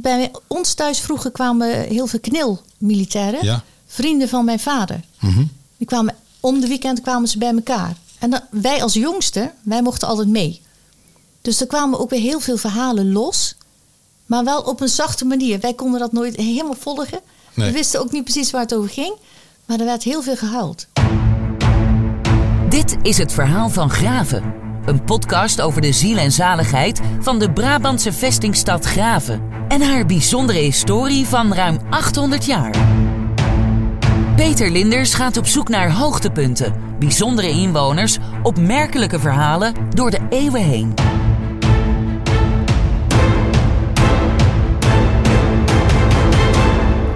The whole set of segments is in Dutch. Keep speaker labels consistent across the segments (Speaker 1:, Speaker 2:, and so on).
Speaker 1: bij ons thuis vroeger kwamen heel veel knil-militairen.
Speaker 2: Ja.
Speaker 1: Vrienden van mijn vader.
Speaker 2: Mhm.
Speaker 1: Die kwamen, om de weekend kwamen ze bij elkaar. En dan, wij als jongste, wij mochten altijd mee. Dus er kwamen ook weer heel veel verhalen los. Maar wel op een zachte manier. Wij konden dat nooit helemaal volgen.
Speaker 2: Nee.
Speaker 1: We wisten ook niet precies waar het over ging. Maar er werd heel veel gehuild.
Speaker 3: Dit is het verhaal van Graven. Een podcast over de ziel en zaligheid van de Brabantse vestingstad Graven. En haar bijzondere historie van ruim 800 jaar. Peter Linders gaat op zoek naar hoogtepunten, bijzondere inwoners, opmerkelijke verhalen door de eeuwen heen.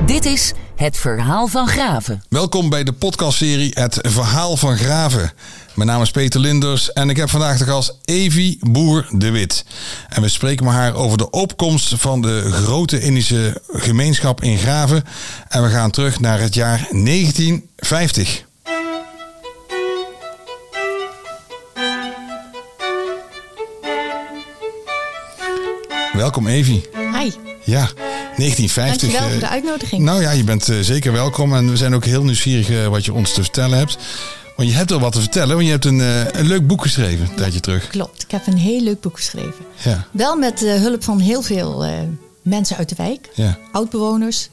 Speaker 3: Dit is het verhaal van Graven.
Speaker 2: Welkom bij de podcastserie Het Verhaal van Graven. Mijn naam is Peter Linders en ik heb vandaag de gast Evi Boer de Wit. En we spreken met haar over de opkomst van de grote Indische gemeenschap in Graven. En we gaan terug naar het jaar 1950. Welkom Evi.
Speaker 1: Hi,
Speaker 2: Ja, 1950.
Speaker 1: dankjewel voor
Speaker 2: eh,
Speaker 1: de uitnodiging.
Speaker 2: nou ja, je bent eh, zeker welkom en we zijn ook heel nieuwsgierig eh, wat je ons te vertellen hebt. Want je hebt wel wat te vertellen, want je hebt een, eh, een leuk boek geschreven een tijdje terug.
Speaker 1: Klopt, ik heb een heel leuk boek geschreven.
Speaker 2: Ja,
Speaker 1: Wel met eh, hulp van heel veel eh, mensen uit de wijk.
Speaker 2: ja.
Speaker 1: oudbewoners.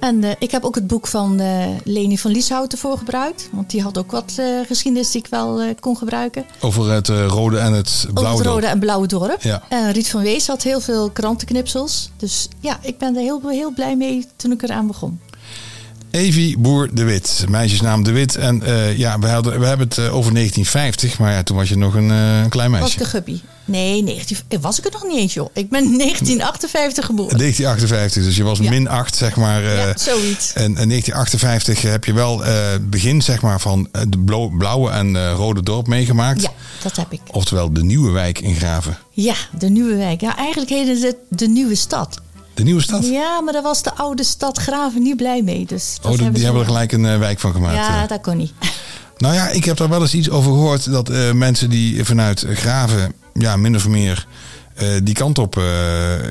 Speaker 1: En eh, ik heb ook het boek van eh Leni van Lieshouten voor gebruikt. Want die had ook wat eh, geschiedenis die ik wel eh, kon gebruiken.
Speaker 2: Over het eh, rode en het blauwe.
Speaker 1: Over het
Speaker 2: dorp.
Speaker 1: Rode en Blauwe Dorp.
Speaker 2: Ja.
Speaker 1: En Riet van Wees had heel veel krantenknipsels. Dus ja, ik ben er heel, heel blij mee toen ik eraan begon.
Speaker 2: Evi Boer de Wit, meisjesnaam de Wit. En eh, ja, we, hadden, we hebben het eh, over 1950, maar ja, toen was je nog een, eh, een klein
Speaker 1: Was
Speaker 2: meisje.
Speaker 1: ik een guppy? Nee, 19, eh, was ik er nog niet eens, joh. Ik ben 1958 geboren.
Speaker 2: 1958, dus je was
Speaker 1: Ja.
Speaker 2: min 8, zeg maar. eh,
Speaker 1: ja, zoiets.
Speaker 2: En in 1958 heb je wel eh, het begin zeg maar, van het blo- blauwe en eh, rode dorp meegemaakt.
Speaker 1: Ja, dat heb ik.
Speaker 2: Oftewel de nieuwe wijk in Graven.
Speaker 1: Ja, de nieuwe wijk. Ja, eigenlijk heette het de nieuwe stad.
Speaker 2: De nieuwe stad.
Speaker 1: Ja, maar daar was de oude stad Graven niet blij mee. Dus dat
Speaker 2: oh, die- die
Speaker 1: ze-
Speaker 2: hebben er gelijk een eh, wijk van gemaakt.
Speaker 1: Ja,
Speaker 2: eh.
Speaker 1: dat kon niet.
Speaker 2: Nou ja, ik heb daar wel eens iets over gehoord. Dat eh, mensen die vanuit Graven, ja, min of meer eh, die kant op eh,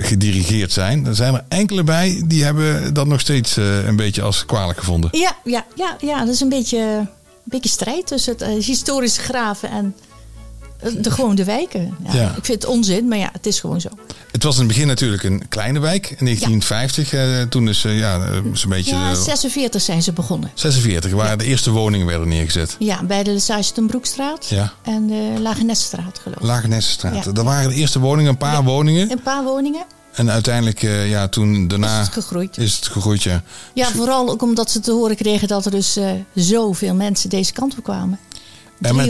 Speaker 2: gedirigeerd zijn. Er zijn er enkele bij die hebben dat nog steeds eh, een beetje als kwalijk gevonden.
Speaker 1: Ja, ja, ja, ja dat is een beetje, een beetje strijd tussen het eh, historische graven en eh, de, gewoon de wijken. Ja,
Speaker 2: Ja.
Speaker 1: Ik vind het onzin, maar ja, het is gewoon zo.
Speaker 2: Het was in het begin natuurlijk een kleine wijk. In 1950, eh, toen is eh, ja, eh, zo'n beetje...
Speaker 1: Ja,
Speaker 2: eh,
Speaker 1: 46 zijn ze begonnen.
Speaker 2: 46, waar de eerste woningen werden neergezet.
Speaker 1: Ja, bij de Lesage ten Broekstraat
Speaker 2: Ja.
Speaker 1: en de Lagenesstraat geloof ik.
Speaker 2: Lagenessenstraat.
Speaker 1: Ja.
Speaker 2: Dat waren de eerste woningen, een paar
Speaker 1: Ja.
Speaker 2: woningen.
Speaker 1: Een paar woningen
Speaker 2: En uiteindelijk, eh, ja, toen daarna
Speaker 1: is het gegroeid.
Speaker 2: is het gegroeid, ja.
Speaker 1: Ja, vooral ook omdat ze te horen kregen dat er dus eh, zoveel mensen deze kant op kwamen.
Speaker 2: En met-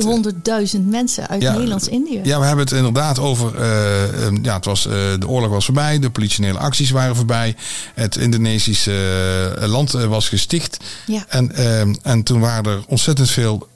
Speaker 1: 300.000 mensen uit
Speaker 2: Ja,
Speaker 1: Nederlands-Indië.
Speaker 2: Ja, we hebben het inderdaad over. eh, eh, ja, het was, eh, de oorlog was voorbij, de politionele acties waren voorbij. Het Indonesische eh, land eh, was gesticht.
Speaker 1: Ja.
Speaker 2: En, ehm, en toen waren er ontzettend veel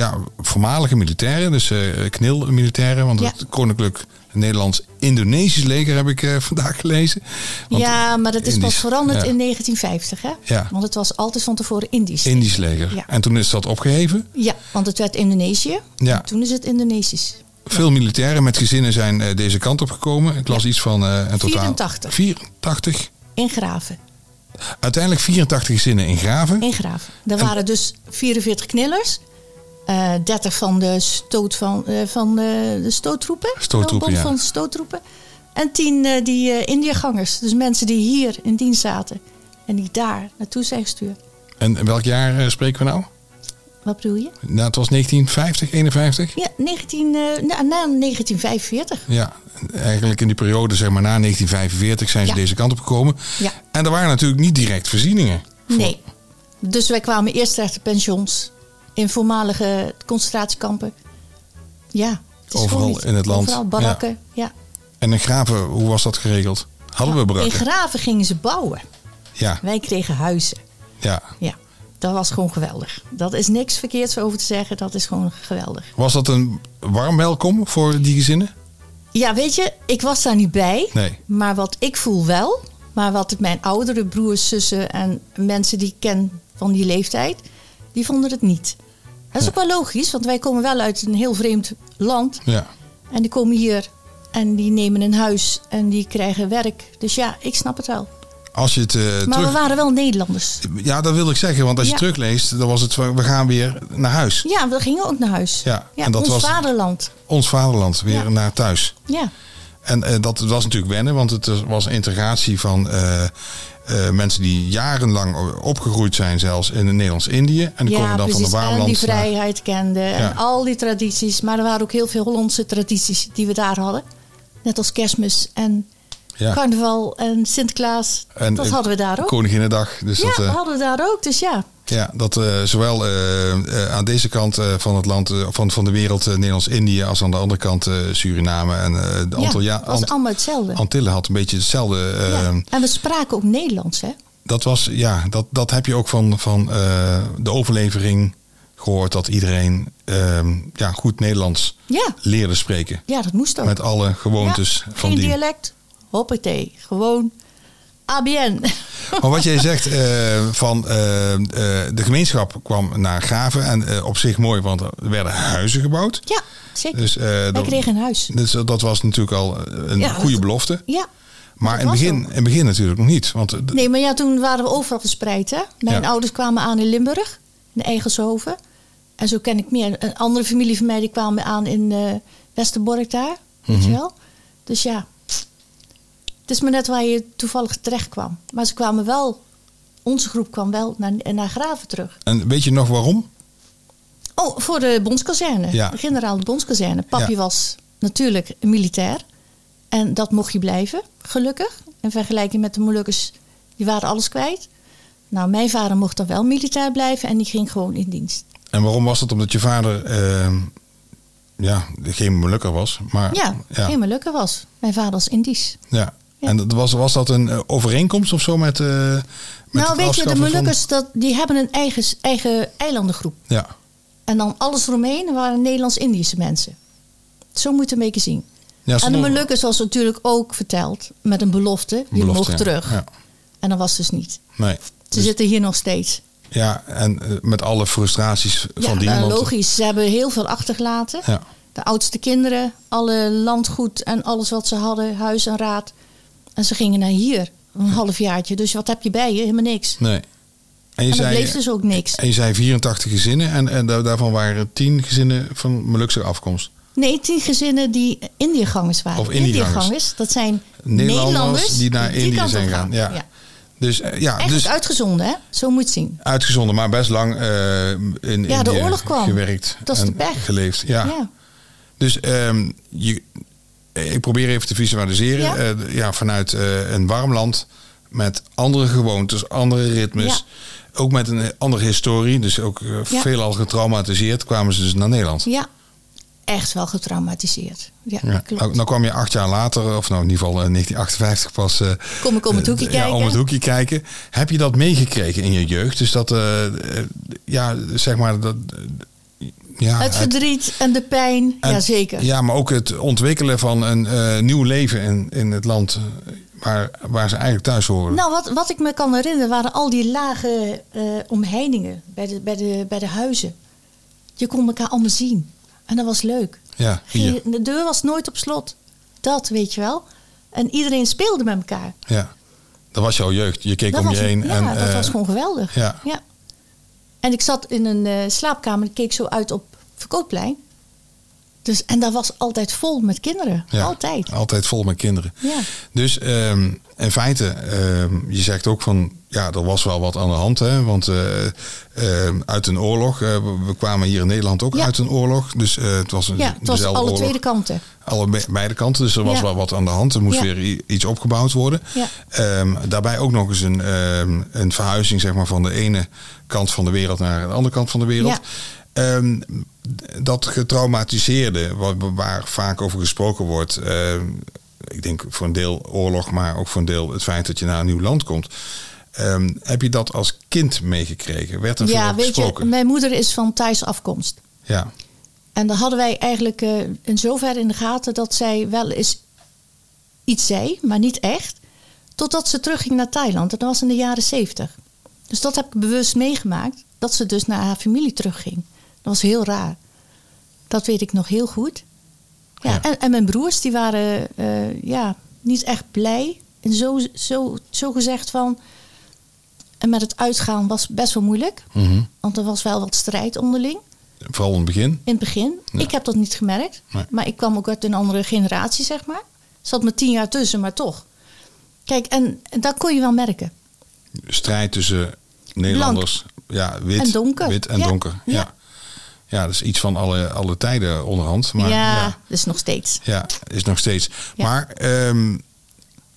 Speaker 2: ja, voormalige militairen, dus eh knil-militairen. Want
Speaker 1: Ja.
Speaker 2: het Koninklijk Nederlands-Indonesisch leger heb ik eh, vandaag gelezen. Want
Speaker 1: ja, maar dat is pas
Speaker 2: Indisch-
Speaker 1: veranderd
Speaker 2: ja,
Speaker 1: in 1950, hè?
Speaker 2: Ja.
Speaker 1: Want het was altijd van tevoren Indisch.
Speaker 2: Indisch leger.
Speaker 1: Ja.
Speaker 2: En toen is dat opgeheven.
Speaker 1: Ja, want het werd Indonesië.
Speaker 2: Ja.
Speaker 1: En Toen is het Indonesisch.
Speaker 2: Veel militairen met gezinnen zijn eh, deze kant op gekomen. Ik las iets van eh een totaal
Speaker 1: 84.
Speaker 2: 84.
Speaker 1: In Graven.
Speaker 2: Uiteindelijk 84 gezinnen in Graven.
Speaker 1: In Graven. Er
Speaker 2: En-
Speaker 1: waren dus 44 knillers. eh 30 van de, stoot van, eh, van eh, de stoottroepen.
Speaker 2: Stoottroepen,
Speaker 1: Van-
Speaker 2: ja.
Speaker 1: Van stoottroepen. En 10 eh, die eh Indiagangers. Dus mensen die hier in dienst zaten. En die daar naartoe zijn gestuurd.
Speaker 2: En welk jaar eh, spreken we nou?
Speaker 1: Wat bedoel je?
Speaker 2: Nou, het was 1950, 51?
Speaker 1: Ja, 19, eh, na, na 1945.
Speaker 2: Ja, eigenlijk in die periode, zeg maar na 1945, zijn ze
Speaker 1: Ja.
Speaker 2: deze kant op gekomen.
Speaker 1: Ja.
Speaker 2: En er waren natuurlijk niet direct voorzieningen.
Speaker 1: Nee. Dus wij kwamen eerst terecht op pensions. In voormalige concentratiekampen. Ja. het is
Speaker 2: Overal
Speaker 1: gewoon niet-
Speaker 2: in het land.
Speaker 1: Overal barakken. Ja.
Speaker 2: En in Graven, hoe was dat geregeld? Hadden we
Speaker 1: In
Speaker 2: barakken?
Speaker 1: graven gingen ze bouwen.
Speaker 2: Ja,
Speaker 1: Wij kregen huizen.
Speaker 2: ja.
Speaker 1: Ja. Dat was gewoon geweldig. Dat is niks verkeerds over te zeggen. Dat is gewoon geweldig.
Speaker 2: Was dat een warm welkom voor die gezinnen?
Speaker 1: Ja, weet je, ik was daar niet bij.
Speaker 2: Nee.
Speaker 1: Maar wat ik voel wel. Maar wat mijn oudere broers, zussen en mensen die ik ken van die leeftijd. Die vonden het niet. Dat is ook wel logisch, want wij komen wel uit een heel vreemd land.
Speaker 2: Ja.
Speaker 1: En die komen hier. En die nemen een huis en die krijgen werk. Dus ja, ik snap het wel.
Speaker 2: Als je het eh,
Speaker 1: Maar
Speaker 2: terug...
Speaker 1: we waren wel Nederlanders.
Speaker 2: Ja, dat wil ik zeggen. Want als je
Speaker 1: Ja.
Speaker 2: terugleest, dan was het van, we gaan weer naar huis.
Speaker 1: Ja, we gingen ook naar huis.
Speaker 2: Ja, en dat
Speaker 1: ons
Speaker 2: was-
Speaker 1: vaderland.
Speaker 2: Ons vaderland, weer
Speaker 1: Ja.
Speaker 2: naar thuis.
Speaker 1: Ja,
Speaker 2: En eh, dat was natuurlijk wennen, want het is- was een integratie van eh, eh, mensen die jarenlang opgegroeid zijn, zelfs in Nederlands-Indië. En die
Speaker 1: ja
Speaker 2: komen dan van de
Speaker 1: en die
Speaker 2: Waarmland.
Speaker 1: vrijheid kenden
Speaker 2: Ja.
Speaker 1: en al die tradities. Maar er waren ook heel veel Hollandse tradities die we daar hadden. Net als kerstmis en
Speaker 2: ja.
Speaker 1: carnaval en Sinterklaas.
Speaker 2: En,
Speaker 1: dat
Speaker 2: eh,
Speaker 1: hadden we daar ook.
Speaker 2: Koninginnedag. Dus
Speaker 1: ja,
Speaker 2: dat, eh,
Speaker 1: hadden we daar ook. Dus ja,
Speaker 2: ja, dat eh, zowel eh, eh, aan deze kant eh, van het land, eh, van, van de wereld, eh, Nederlands-Indië, als aan de andere kant eh, Suriname en eh, de
Speaker 1: ja,
Speaker 2: Antilja-
Speaker 1: was
Speaker 2: Ant-
Speaker 1: allemaal hetzelfde.
Speaker 2: Antillen had een beetje hetzelfde. eh,
Speaker 1: Ja. En we spraken ook Nederlands, hè?
Speaker 2: Dat was, ja, dat, dat heb je ook van, van eh, de overlevering gehoord dat iedereen ehm, ja, goed Nederlands
Speaker 1: Ja,
Speaker 2: leerde spreken.
Speaker 1: ja dat moest ook.
Speaker 2: Met alle gewoontes
Speaker 1: Ja,
Speaker 2: van
Speaker 1: geen
Speaker 2: die.
Speaker 1: dialect. Hoppatee. Gewoon ABN.
Speaker 2: Maar wat jij zegt eh, van eh, eh, de gemeenschap kwam naar Graven en eh, op zich mooi, want er werden huizen gebouwd.
Speaker 1: ja, zeker.
Speaker 2: Dus, eh,
Speaker 1: Wij
Speaker 2: dat,
Speaker 1: kregen een huis.
Speaker 2: dus dat was natuurlijk al een
Speaker 1: Ja,
Speaker 2: goede
Speaker 1: dat-
Speaker 2: belofte.
Speaker 1: Ja.
Speaker 2: Maar
Speaker 1: dat
Speaker 2: in
Speaker 1: was
Speaker 2: het begin, in het begin natuurlijk nog niet. Want eh, d-
Speaker 1: Nee, maar ja, toen waren we overal verspreid, hè? Mijn
Speaker 2: Ja.
Speaker 1: ouders kwamen aan in Limburg, in Eigelshoven. En zo ken ik meer. Een andere familie van mij die kwamen aan in eh, Westerbork daar, weet je wel. Dus ja, het is maar net waar je toevallig terecht kwam. Maar ze kwamen wel, onze groep kwam wel naar, naar Graven terug.
Speaker 2: en weet je nog waarom?
Speaker 1: Oh, voor de bondskazerne.
Speaker 2: Ja.
Speaker 1: De generaal de bondskazerne. Papje
Speaker 2: Ja.
Speaker 1: was natuurlijk een militair. En dat mocht je blijven, gelukkig. In vergelijking met de Molukkers, die waren alles kwijt. Nou, mijn vader mocht dan wel militair blijven en die ging gewoon in dienst.
Speaker 2: En waarom was dat? Omdat je vader ehm, ja, geen Molukker was. Maar,
Speaker 1: Ja,
Speaker 2: ja,
Speaker 1: geen Molukker was. Mijn vader was Indisch.
Speaker 2: ja.
Speaker 1: Ja.
Speaker 2: En dat was, was dat een eh, overeenkomst of zo met. eh, met
Speaker 1: nou,
Speaker 2: het
Speaker 1: weet je, de
Speaker 2: afschaffen van-
Speaker 1: Molukkers, dat, die hebben een eigen, eigen eilandengroep.
Speaker 2: Ja,
Speaker 1: En dan alles eromheen waren Nederlands-Indische mensen. Zo moet je het een beetje zien.
Speaker 2: ja
Speaker 1: en Ah, de
Speaker 2: stond-
Speaker 1: Molukkers was natuurlijk ook verteld met een belofte. Je
Speaker 2: belofte,
Speaker 1: mocht
Speaker 2: ja.
Speaker 1: terug.
Speaker 2: Ja.
Speaker 1: En dat was dus niet.
Speaker 2: Nee.
Speaker 1: Ze
Speaker 2: Dus-
Speaker 1: zitten hier nog steeds.
Speaker 2: ja, en eh, met alle frustraties
Speaker 1: Ja,
Speaker 2: van die
Speaker 1: nou,
Speaker 2: want-
Speaker 1: logisch. Ze hebben heel veel achtergelaten.
Speaker 2: Ja.
Speaker 1: De oudste kinderen, alle landgoed en alles wat ze hadden, huis en raad. En ze gingen naar hier, een halfjaartje. Dus wat heb je bij je? Helemaal niks.
Speaker 2: Nee. En je,
Speaker 1: En er
Speaker 2: zei,
Speaker 1: bleef dus ook niks.
Speaker 2: en je zei 84 gezinnen en, en da- daarvan waren 10 gezinnen van Molukse afkomst.
Speaker 1: Nee, tien gezinnen die Indiëgangers waren.
Speaker 2: Of Indiëgangers.
Speaker 1: dat zijn
Speaker 2: Nederlanders
Speaker 1: Nederlanders,
Speaker 2: die naar Indië
Speaker 1: kant op
Speaker 2: zijn gegaan, ja. Dus eh, ja,
Speaker 1: Eigenlijk
Speaker 2: dus
Speaker 1: uitgezonden, hè? Zo moet je het zien.
Speaker 2: uitgezonden, maar best lang eh, in
Speaker 1: Ja, de
Speaker 2: Indië
Speaker 1: oorlog kwam.
Speaker 2: gewerkt
Speaker 1: Dat is
Speaker 2: en
Speaker 1: de pech.
Speaker 2: geleefd. Ja.
Speaker 1: ja.
Speaker 2: Dus ehm, je, ik probeer even te visualiseren.
Speaker 1: Ja.
Speaker 2: Ja, ja vanuit eh, een warm land met andere gewoontes, andere ritmes. Ook met een andere historie, dus ook eh,
Speaker 1: Ja.
Speaker 2: veelal getraumatiseerd, kwamen ze dus naar Nederland.
Speaker 1: Ja, echt wel getraumatiseerd. Ja,
Speaker 2: Ja,
Speaker 1: klopt.
Speaker 2: nou, nou kwam je acht jaar later, of nou in ieder geval eh, 1958 pas. eh,
Speaker 1: Kom ik om het
Speaker 2: eh,
Speaker 1: hoekje
Speaker 2: ja,
Speaker 1: kijken.
Speaker 2: om het hoekje kijken. Heb je dat meegekregen in je jeugd? Dus dat, eh, eh, ja, zeg maar dat. eh, ja,
Speaker 1: Het verdriet en de pijn,
Speaker 2: en-
Speaker 1: jazeker.
Speaker 2: Ja, maar ook het ontwikkelen van een eh, nieuw leven in, in het land eh, waar, waar ze eigenlijk thuis horen.
Speaker 1: Nou, wat, wat ik me kan herinneren waren al die lage eh, omheiningen bij de, bij, de, bij de huizen. Je kon elkaar allemaal zien. En dat was leuk.
Speaker 2: ja, hier.
Speaker 1: Geen- De deur was nooit op slot. Dat weet je wel. En iedereen speelde met elkaar.
Speaker 2: Ja. Dat was jouw jeugd. Je keek
Speaker 1: dat
Speaker 2: om
Speaker 1: was,
Speaker 2: je heen.
Speaker 1: ja,
Speaker 2: en,
Speaker 1: dat
Speaker 2: eh,
Speaker 1: was gewoon geweldig.
Speaker 2: ja.
Speaker 1: En ik zat in een eh, slaapkamer en keek zo uit op Verkoopplein. Dus, en dat was altijd vol met kinderen.
Speaker 2: ja,
Speaker 1: Altijd.
Speaker 2: Altijd vol met kinderen.
Speaker 1: Ja.
Speaker 2: Dus ehm, in feite, ehm, je zegt ook van, ja, er was wel wat aan de hand, hè? Want eh, ehm, uit een oorlog, eh, we- we kwamen hier in Nederland ook
Speaker 1: Ja.
Speaker 2: uit een oorlog, dus eh, het was een
Speaker 1: Ja, het was
Speaker 2: dezelfde
Speaker 1: alle
Speaker 2: oorlog.
Speaker 1: tweede kanten.
Speaker 2: Alle be- beide kanten, dus er was
Speaker 1: Ja.
Speaker 2: wel wat aan de hand. Er moest
Speaker 1: Ja.
Speaker 2: weer i- iets opgebouwd worden.
Speaker 1: Ja.
Speaker 2: Ehm, daarbij ook nog eens een, ehm, een verhuizing zeg maar, van de ene kant van de wereld naar de andere kant van de wereld. Ehm, d- dat getraumatiseerde, wat, waar vaak over gesproken wordt. ehm, ik denk voor een deel oorlog, maar ook voor een deel het feit dat je naar een nieuw land komt. Ehm, heb je dat als kind meegekregen? Werd er veel
Speaker 1: Ja,
Speaker 2: over
Speaker 1: weet je,
Speaker 2: gesproken?
Speaker 1: mijn moeder is van Thais afkomst.
Speaker 2: Ja,
Speaker 1: En dan hadden wij eigenlijk eh, in zoverre in de gaten dat zij wel eens iets zei, maar niet echt. Totdat ze terugging naar Thailand. En dat was in de jaren zeventig. Dus dat heb ik bewust meegemaakt. Dat ze dus naar haar familie terugging. Dat was heel raar. Dat weet ik nog heel goed. Ja,
Speaker 2: Ja.
Speaker 1: En, en mijn broers die waren eh, ja, niet echt blij. En zo, zo, zo gezegd van... En met het uitgaan was best wel moeilijk.
Speaker 2: Mhm.
Speaker 1: Want er was wel wat strijd onderling
Speaker 2: Vooral in het begin.
Speaker 1: in het begin.
Speaker 2: Ja.
Speaker 1: Ik heb dat niet gemerkt.
Speaker 2: Nee.
Speaker 1: Maar ik kwam ook uit een andere generatie, zeg maar. Zat me tien jaar tussen, maar toch. Kijk, en, en dat kon je wel merken.
Speaker 2: Strijd tussen Nederlanders. Ja, wit
Speaker 1: En donker.
Speaker 2: Wit en
Speaker 1: Ja,
Speaker 2: donker. Ja. ja.
Speaker 1: ja.
Speaker 2: dat is iets van alle, alle tijden onderhand. Maar
Speaker 1: ja,
Speaker 2: ja,
Speaker 1: dus nog steeds.
Speaker 2: ja, is nog steeds.
Speaker 1: Ja.
Speaker 2: Maar ehm,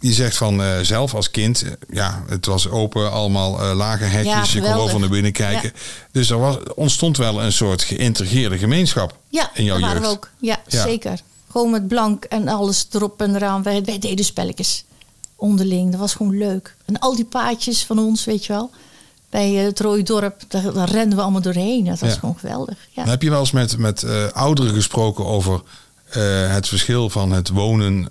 Speaker 2: je zegt van eh, zelf als kind, eh, ja, het was open, allemaal eh, lage
Speaker 1: Ja,
Speaker 2: hekjes, je kon
Speaker 1: geweldig.
Speaker 2: overal naar binnen kijken. Dus er was, ontstond wel een soort geïntegreerde gemeenschap
Speaker 1: Ja,
Speaker 2: in jouw
Speaker 1: dat
Speaker 2: jeugd.
Speaker 1: waren we ook. Ja,
Speaker 2: Ja.
Speaker 1: zeker. Gewoon met blank en alles erop en eraan. Wij, wij deden spelletjes onderling. Dat was gewoon leuk. En al die paadjes van ons, weet je wel. Bij eh, het Rode Dorp, daar, daar renden we allemaal doorheen. Dat was
Speaker 2: Ja.
Speaker 1: gewoon geweldig. Ja.
Speaker 2: Dan heb je wel eens met, met eh, ouderen gesproken over eh, het verschil van het wonen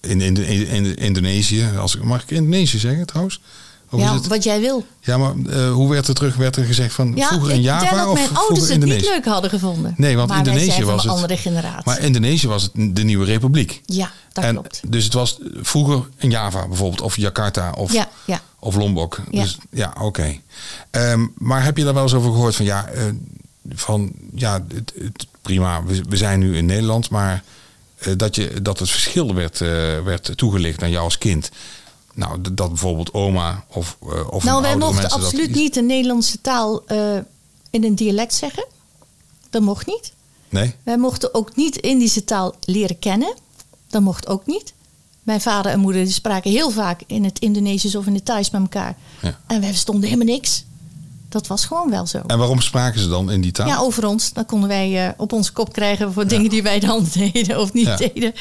Speaker 2: in, in, in, in Indonesië. Als, ik- mag ik Indonesië zeggen trouwens? Of
Speaker 1: ja,
Speaker 2: is het-
Speaker 1: wat jij wil.
Speaker 2: ja, maar eh, hoe werd er terug werd er gezegd van
Speaker 1: Ja,
Speaker 2: vroeger in
Speaker 1: ik denk
Speaker 2: Java
Speaker 1: dat
Speaker 2: of
Speaker 1: mijn ouders
Speaker 2: vroeger
Speaker 1: het niet
Speaker 2: Indonesië?
Speaker 1: leuk hadden gevonden.
Speaker 2: Nee, want
Speaker 1: maar
Speaker 2: Indonesië
Speaker 1: wij zijn
Speaker 2: was
Speaker 1: van een
Speaker 2: het-
Speaker 1: andere generatie.
Speaker 2: Maar Indonesië was het de nieuwe republiek.
Speaker 1: ja, dat
Speaker 2: en,
Speaker 1: klopt.
Speaker 2: Dus het was vroeger in Java bijvoorbeeld, of Jakarta, of,
Speaker 1: Ja, ja.
Speaker 2: of Lombok.
Speaker 1: Ja.
Speaker 2: Dus ja, oké. Ehm, maar heb je daar wel eens over gehoord van ja, eh, van ja, het, het- prima, we, we zijn nu in Nederland, maar eh, dat, je, dat het verschil werd, eh, werd toegelicht aan jou als kind. Nou, d- dat bijvoorbeeld oma of, eh of
Speaker 1: nou,
Speaker 2: een
Speaker 1: wij
Speaker 2: oudere
Speaker 1: mochten
Speaker 2: mensen dat
Speaker 1: absoluut
Speaker 2: iets-
Speaker 1: niet de Nederlandse taal eh, in een dialect zeggen. Dat mocht niet.
Speaker 2: Nee?
Speaker 1: Wij mochten ook niet Indische taal leren kennen. Dat mocht ook niet. Mijn vader en moeder die spraken heel vaak in het Indonesisch of in het Thais met elkaar.
Speaker 2: Ja.
Speaker 1: En wij verstonden helemaal niks. Dat was gewoon wel zo.
Speaker 2: En waarom spraken ze dan in die taal?
Speaker 1: Ja, over ons. Dan konden wij eh, op onze kop krijgen voor dingen die wij dan deden of niet
Speaker 2: Ja.
Speaker 1: deden.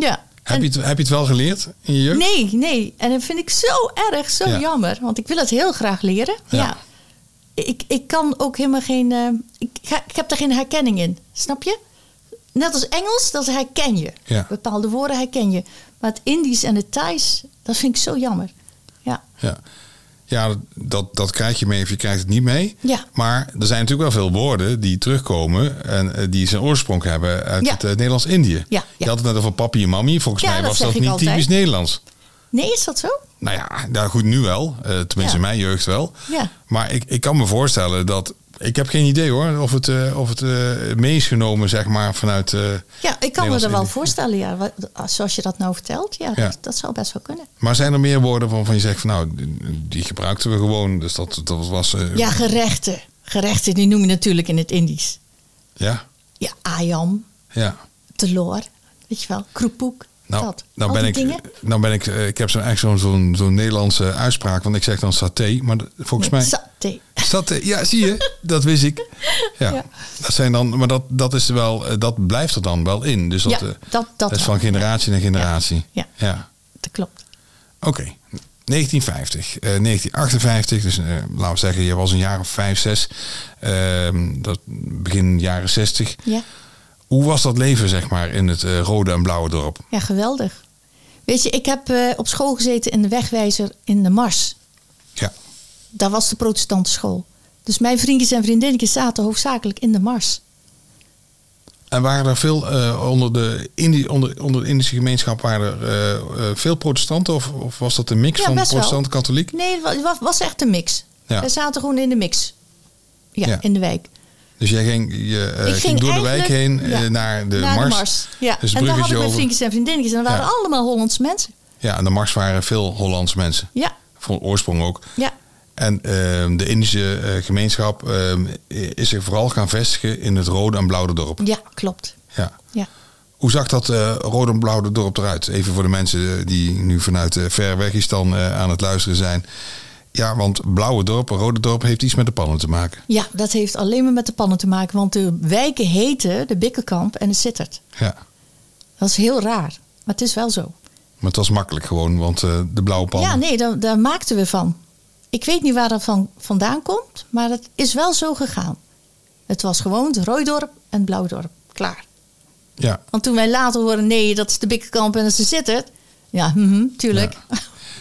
Speaker 1: Ja.
Speaker 2: heb,
Speaker 1: En-
Speaker 2: je het, heb je het wel geleerd in je jeugd?
Speaker 1: Nee, nee. En dat vind ik zo erg, zo
Speaker 2: Ja.
Speaker 1: jammer. Want ik wil het heel graag leren.
Speaker 2: Ja.
Speaker 1: Ja. Ik, ik kan ook helemaal geen... eh, ik, ga, ik heb daar geen herkenning in. Snap je? Net als Engels, dat herken je.
Speaker 2: Ja.
Speaker 1: Bepaalde woorden herken je. Maar het Indisch en het Thais, dat vind ik zo jammer. Ja,
Speaker 2: Ja, ja dat, dat krijg je mee of je krijgt het niet mee.
Speaker 1: Ja.
Speaker 2: Maar er zijn natuurlijk wel veel woorden die terugkomen en eh, die zijn oorsprong hebben uit
Speaker 1: Ja.
Speaker 2: het eh, Nederlands-Indië.
Speaker 1: ja.
Speaker 2: Je had het net over papi en mami. Volgens
Speaker 1: Ja,
Speaker 2: mij
Speaker 1: dat
Speaker 2: was
Speaker 1: zeg
Speaker 2: dat
Speaker 1: ik
Speaker 2: niet
Speaker 1: altijd.
Speaker 2: typisch Nederlands.
Speaker 1: Nee, is dat zo?
Speaker 2: Nou ja, nou goed, nu wel. Eh, tenminste,
Speaker 1: Ja.
Speaker 2: in mijn jeugd wel.
Speaker 1: Ja.
Speaker 2: Maar ik, ik kan me voorstellen dat. Ik heb geen idee hoor, of het, eh, of het eh, mee is genomen, zeg maar, vanuit. eh,
Speaker 1: Ja, ik kan me
Speaker 2: Nederlands
Speaker 1: er wel
Speaker 2: Indië.
Speaker 1: voorstellen. Ja, wat- zoals je dat nou vertelt. Ja,
Speaker 2: Ja.
Speaker 1: Dat, dat zou best wel kunnen.
Speaker 2: Maar zijn er meer woorden waarvan je zegt van nou, die- die gebruikten we gewoon. Dus dat, dat was. eh,
Speaker 1: Ja, gerechten. Gerechten, die noem je natuurlijk in het Indisch.
Speaker 2: ja.
Speaker 1: Ja, ayam.
Speaker 2: Ja.
Speaker 1: teloor, weet je wel, kroepoek,
Speaker 2: Nou,
Speaker 1: dat.
Speaker 2: nou
Speaker 1: Al
Speaker 2: ben
Speaker 1: die
Speaker 2: ik,
Speaker 1: dingen.
Speaker 2: nou ben ik, eh, ik heb zo echt zo'n zo'n zo'n Nederlandse uitspraak, want ik zeg dan saté, maar d- volgens mij
Speaker 1: Saté.
Speaker 2: saté. Ja, zie je, dat wist ik. Ja,
Speaker 1: Ja.
Speaker 2: dat zijn dan, maar dat, dat is wel, eh, dat blijft er dan wel in. Dus dat,
Speaker 1: Ja,
Speaker 2: eh,
Speaker 1: dat- dat
Speaker 2: is
Speaker 1: wel.
Speaker 2: van generatie naar generatie.
Speaker 1: Ja. Dat klopt.
Speaker 2: Oké, 1950, eh, 1958, dus eh, laten we zeggen, je was een jaar of vijf, zes, ehm, dat begin jaren 60.
Speaker 1: Ja.
Speaker 2: Hoe was dat leven, zeg maar, in het eh, rode en blauwe dorp?
Speaker 1: ja, geweldig. Weet je, ik heb eh, op school gezeten in de wegwijzer in de Mars.
Speaker 2: Ja,
Speaker 1: Daar was de protestantenschool. Dus mijn vriendjes en vriendinnetjes zaten hoofdzakelijk in de Mars.
Speaker 2: En waren er veel eh, onder, de Indi onder, onder de Indische gemeenschap waren er, eh, eh, veel protestanten of, of was dat een mix
Speaker 1: Ja,
Speaker 2: van
Speaker 1: best wel.
Speaker 2: protestant en katholiek?
Speaker 1: Nee, het wa- het was, was echt een mix.
Speaker 2: Ja.
Speaker 1: We zaten gewoon in de mix. Ja,
Speaker 2: Ja.
Speaker 1: in de wijk.
Speaker 2: Dus jij ging, je, eh, ging, door de wijk heen
Speaker 1: eigenlijk-
Speaker 2: eh,
Speaker 1: ja,
Speaker 2: naar de
Speaker 1: naar
Speaker 2: mars.
Speaker 1: Ja.
Speaker 2: Dus
Speaker 1: en daar
Speaker 2: bruggetje
Speaker 1: hadden mijn
Speaker 2: over.
Speaker 1: vriendjes en vriendinnetjes. En dat waren
Speaker 2: Ja.
Speaker 1: allemaal Hollandse mensen.
Speaker 2: Ja, en de mars waren veel Hollandse mensen.
Speaker 1: Ja,
Speaker 2: Van oorsprong ook.
Speaker 1: ja.
Speaker 2: En ehm, de Indische eh, gemeenschap ehm, is zich vooral gaan vestigen in het rode en blauwe dorp.
Speaker 1: ja klopt.
Speaker 2: Ja.
Speaker 1: Ja.
Speaker 2: Hoe zag dat eh rode en blauwe dorp eruit? Even voor de mensen eh, die nu vanuit eh, ver Wegistan eh, aan het luisteren zijn. Ja, want blauwe dorp, rode dorp heeft iets met de pannen te maken.
Speaker 1: Ja, dat heeft alleen maar met de pannen te maken. Want de wijken heten de Bikkelkamp en de Sittert.
Speaker 2: Ja,
Speaker 1: Dat is heel raar. Maar het is wel zo.
Speaker 2: maar het was makkelijk gewoon, want eh, de blauwe pannen.
Speaker 1: Ja, nee, daar, daar maakten we van. Ik weet niet waar dat van, vandaan komt. Maar het is wel zo gegaan. Het was gewoon het Rooidorp en het Blauwdorp. Klaar.
Speaker 2: Ja.
Speaker 1: Want toen wij later horen... Nee, dat is de Bikkelkamp en dat is de Sittert. Ja, mhm, tuurlijk.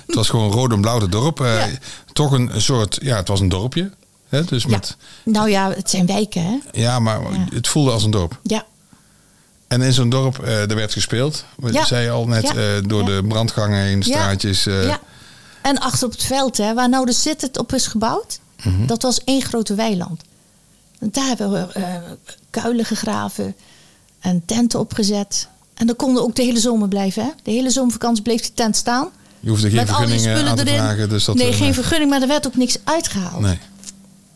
Speaker 2: Het was gewoon rode en blauwe dorp. eh,
Speaker 1: Ja.
Speaker 2: Toch een soort, ja, het was een dorpje. Hè? Dus
Speaker 1: Ja.
Speaker 2: met,
Speaker 1: Nou ja, het zijn wijken, hè?
Speaker 2: ja. maar
Speaker 1: Ja.
Speaker 2: het voelde als een dorp.
Speaker 1: Ja.
Speaker 2: En En in zo'n dorp, eh daar werd gespeeld. We
Speaker 1: Ja.
Speaker 2: zei je al net,
Speaker 1: Ja.
Speaker 2: eh, door de brandgangen heen,
Speaker 1: Ja.
Speaker 2: straatjes. eh,
Speaker 1: Ja. En achter op het veld, hè, waar nou de zit het op is gebouwd,
Speaker 2: Mhm.
Speaker 1: dat was één grote weiland. En daar hebben we eh, kuilen gegraven en tenten opgezet. En dan konden we ook de hele zomer blijven. Hè? De hele zomervakantie bleef die tent staan.
Speaker 2: Je hoefde geen
Speaker 1: met al die
Speaker 2: vergunningen aan
Speaker 1: spullen
Speaker 2: te
Speaker 1: erin.
Speaker 2: vragen. Dus dat
Speaker 1: nee,
Speaker 2: eh,
Speaker 1: geen vergunning, maar er werd ook niks uitgehaald.
Speaker 2: nee.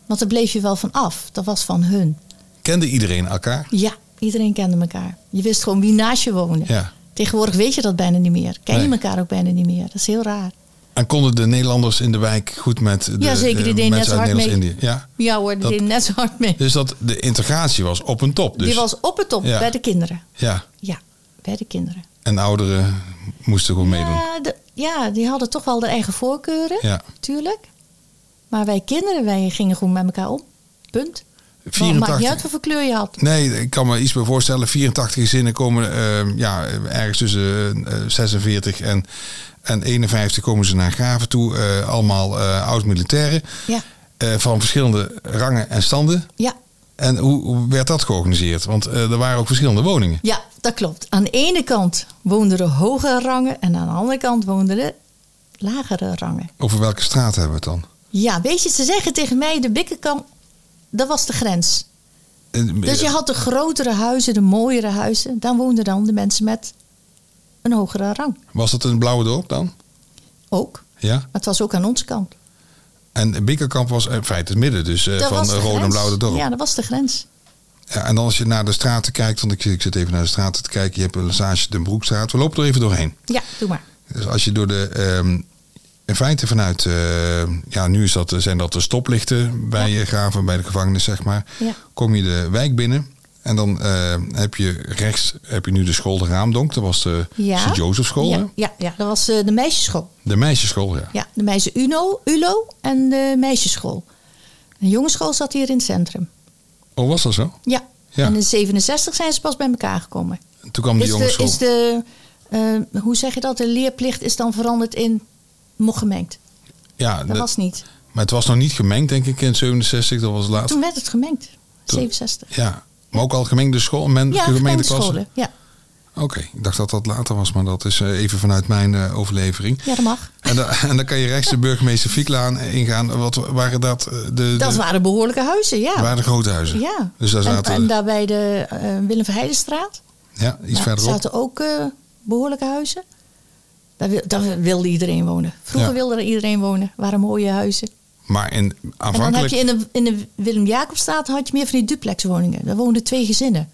Speaker 1: Want daar bleef je wel van af. Dat was van hun.
Speaker 2: Kende iedereen elkaar?
Speaker 1: Ja, iedereen kende elkaar. Je wist gewoon wie naast je woonde.
Speaker 2: Ja.
Speaker 1: Tegenwoordig weet je dat bijna niet meer. Ken je
Speaker 2: Nee.
Speaker 1: elkaar ook bijna niet meer. Dat is heel raar.
Speaker 2: En konden de Nederlanders in de wijk goed met de
Speaker 1: Ja, zeker, die deden
Speaker 2: eh,
Speaker 1: net
Speaker 2: mensen
Speaker 1: zo
Speaker 2: uit
Speaker 1: hard
Speaker 2: Nederlands-Indië? Ja.
Speaker 1: Ja hoor, die
Speaker 2: Dat-
Speaker 1: deden net zo hard mee.
Speaker 2: Dus dat de integratie was op een top. Dus.
Speaker 1: Die was op het top
Speaker 2: Ja.
Speaker 1: bij de kinderen.
Speaker 2: Ja.
Speaker 1: Ja, bij de kinderen.
Speaker 2: En ouderen moesten gewoon meedoen.
Speaker 1: Ja, de- ja, die hadden toch wel de eigen voorkeuren,
Speaker 2: Ja.
Speaker 1: natuurlijk. Maar wij kinderen, wij gingen gewoon met elkaar om. Punt. Maar het maakt niet
Speaker 2: 84.
Speaker 1: uit wat voor kleur je had.
Speaker 2: Nee, ik kan me iets meer voorstellen. 84 gezinnen komen eh, ja, ergens tussen eh, 46 en, en 51 komen ze naar graven toe. Eh, allemaal eh, oud-militairen
Speaker 1: Ja,
Speaker 2: eh, van verschillende rangen en standen.
Speaker 1: ja,
Speaker 2: En hoe, hoe werd dat georganiseerd? Want eh, er waren ook verschillende woningen.
Speaker 1: ja, dat klopt. Aan de ene kant woonden de hogere rangen en aan de andere kant woonden de lagere rangen.
Speaker 2: Over welke straat hebben we het dan?
Speaker 1: Ja, weet je, ze zeggen tegen mij, de bikkenkamp, dat was de grens.
Speaker 2: Eh,
Speaker 1: Dus je had de grotere huizen, de mooiere huizen. Dan woonden dan de mensen met een hogere rang.
Speaker 2: Was dat een blauwe dorp dan?
Speaker 1: Ook.
Speaker 2: Ja.
Speaker 1: Maar het was ook aan onze kant.
Speaker 2: En Bikkerkamp was in feite het midden, dus eh,
Speaker 1: Dat was
Speaker 2: van
Speaker 1: de
Speaker 2: Rode en
Speaker 1: grens.
Speaker 2: Blauwe dorp.
Speaker 1: Ja, dat was de grens.
Speaker 2: Ja, en dan als je naar de straten kijkt, want ik, ik zit even naar de straten te kijken. Je hebt een Lassage Den Broekstraat. We lopen er even doorheen.
Speaker 1: Ja, doe maar.
Speaker 2: Dus als je door de... ehm, in feite vanuit... eh, ja, nu is dat, zijn dat de stoplichten bij je graven, bij de gevangenis, zeg maar.
Speaker 1: Ja.
Speaker 2: Kom je de wijk binnen. En dan eh, heb je rechts heb je nu de school de Raamdonk. Dat was de
Speaker 1: Ja.
Speaker 2: Sint-Jozefschool, hè?
Speaker 1: Ja, ja, ja, dat was eh, de meisjesschool.
Speaker 2: De meisjesschool, ja.
Speaker 1: Ja, de meisje Uno, Ulo en de meisjesschool. De jongensschool zat hier in het centrum.
Speaker 2: Oh, was dat zo?
Speaker 1: Ja.
Speaker 2: Ja.
Speaker 1: En in 67 zijn ze pas bij elkaar gekomen.
Speaker 2: Toen kwam de
Speaker 1: Is de,
Speaker 2: jongensschool.
Speaker 1: is de eh, hoe zeg je dat? De leerplicht is dan veranderd in mocht gemengd.
Speaker 2: ja,
Speaker 1: Dat,
Speaker 2: dat-
Speaker 1: was niet.
Speaker 2: Maar het was nog niet gemengd, denk ik, in 67. Dat was laat.
Speaker 1: Toen werd het gemengd. 67.
Speaker 2: Ja, maar ook al gemengde school, men,
Speaker 1: Ja,
Speaker 2: gemengde
Speaker 1: gemengde
Speaker 2: klassen.
Speaker 1: scholen. Ja.
Speaker 2: Dus Oké, ik dacht dat dat later was, maar dat is eh, even vanuit mijn eh, overlevering.
Speaker 1: ja, dat mag.
Speaker 2: En, da- en dan kan je rechts de burgemeester Fieklaan ingaan. Wat waren dat? eh, De, de,
Speaker 1: Dat waren behoorlijke huizen, ja.
Speaker 2: waren de grote huizen.
Speaker 1: ja.
Speaker 2: Dus daar zaten,
Speaker 1: en, en daarbij de eh, Willem Verheidenstraat.
Speaker 2: ja, iets
Speaker 1: Ja,
Speaker 2: verderop.
Speaker 1: zaten ook eh, behoorlijke huizen. Daar, wil- daar wilde iedereen wonen. Vroeger
Speaker 2: Ja.
Speaker 1: wilde er iedereen wonen. waren mooie huizen.
Speaker 2: Maar in,
Speaker 1: En dan heb
Speaker 2: aanvankelijk,
Speaker 1: je in de, in de Willem-Jacobstraat had je meer van die duplexwoningen. Daar woonden twee gezinnen.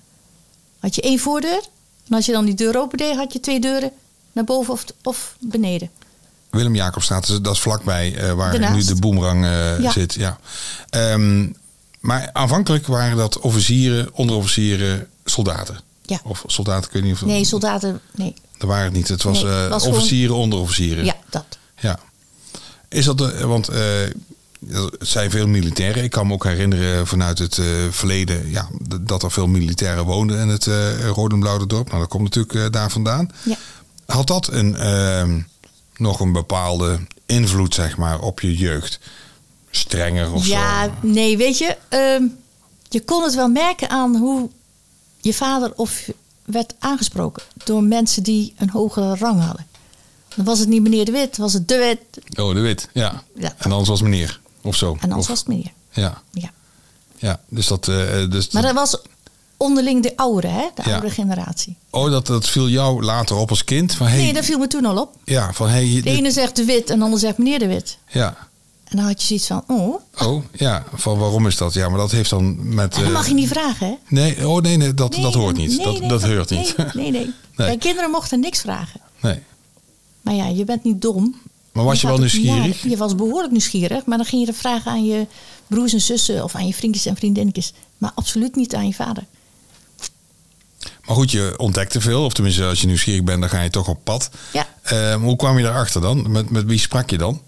Speaker 1: Had je één voordeur. En als je dan die deur opendeed, had je twee deuren. Naar boven of, of beneden.
Speaker 2: Willem Jacobstraat, dus dat is vlakbij eh, waar
Speaker 1: Daarnaast.
Speaker 2: nu de boemerang eh,
Speaker 1: Ja.
Speaker 2: zit. Ja. Ehm, maar aanvankelijk waren dat officieren, onderofficieren, soldaten.
Speaker 1: Ja.
Speaker 2: Of soldaten, ik weet niet of...
Speaker 1: Nee, soldaten, nee.
Speaker 2: Dat waren het niet. Het was,
Speaker 1: Nee,
Speaker 2: eh
Speaker 1: het was gewoon-
Speaker 2: officieren, onderofficieren.
Speaker 1: Ja, dat.
Speaker 2: Ja. Is dat, de, want eh, het zijn veel militairen. Ik kan me ook herinneren vanuit het eh, verleden ja, d- dat er veel militairen woonden in het eh Rode en Blauwe dorp. Nou, dat komt natuurlijk eh, daar vandaan.
Speaker 1: Ja.
Speaker 2: Had dat een, ehm, nog een bepaalde invloed, zeg maar, op je jeugd? Strenger of
Speaker 1: ja,
Speaker 2: zo?
Speaker 1: nee, weet je, ehm, je kon het wel merken aan hoe je vader of je- werd aangesproken door mensen die een hogere rang hadden. Dan was het niet meneer de Wit, was het de Wit.
Speaker 2: Oh, de wit. Ja.
Speaker 1: Ja.
Speaker 2: En anders was meneer. Of zo.
Speaker 1: En
Speaker 2: Of-
Speaker 1: anders was het meneer.
Speaker 2: Ja.
Speaker 1: Ja.
Speaker 2: ja. Dus dat... eh, dus
Speaker 1: Maar dat was onderling de oude, hè? de
Speaker 2: Ja.
Speaker 1: oude generatie.
Speaker 2: Oh, dat, dat viel jou later op als kind? Van, hey,
Speaker 1: Nee, dat viel me toen al op.
Speaker 2: Ja, van hey,
Speaker 1: De
Speaker 2: dit-
Speaker 1: ene zegt de Wit en de ander zegt meneer de Wit.
Speaker 2: ja.
Speaker 1: En dan had je zoiets van, oh,
Speaker 2: Oh, ja. Van waarom is dat? Ja, maar dat heeft dan met.
Speaker 1: dat
Speaker 2: eh,
Speaker 1: mag je niet vragen, hè?
Speaker 2: Nee, oh nee, nee, dat,
Speaker 1: Nee,
Speaker 2: dat hoort niet.
Speaker 1: nee,
Speaker 2: dat
Speaker 1: nee,
Speaker 2: dat heurt niet.
Speaker 1: Nee, nee. nee. Bij kinderen mochten niks vragen.
Speaker 2: Nee.
Speaker 1: Maar ja, je bent niet dom.
Speaker 2: Maar was je
Speaker 1: gaat
Speaker 2: wel
Speaker 1: ook
Speaker 2: nieuwsgierig?
Speaker 1: naar- je was behoorlijk nieuwsgierig, maar dan ging je de vragen aan je broers en zussen of aan je vriendjes en vriendinnetjes. Maar absoluut niet aan je vader.
Speaker 2: Maar goed, je ontdekte veel. Of tenminste, als je nieuwsgierig bent, dan ga je toch op pad.
Speaker 1: Ja.
Speaker 2: Ehm, hoe kwam je daarachter dan? Met, met wie sprak je dan?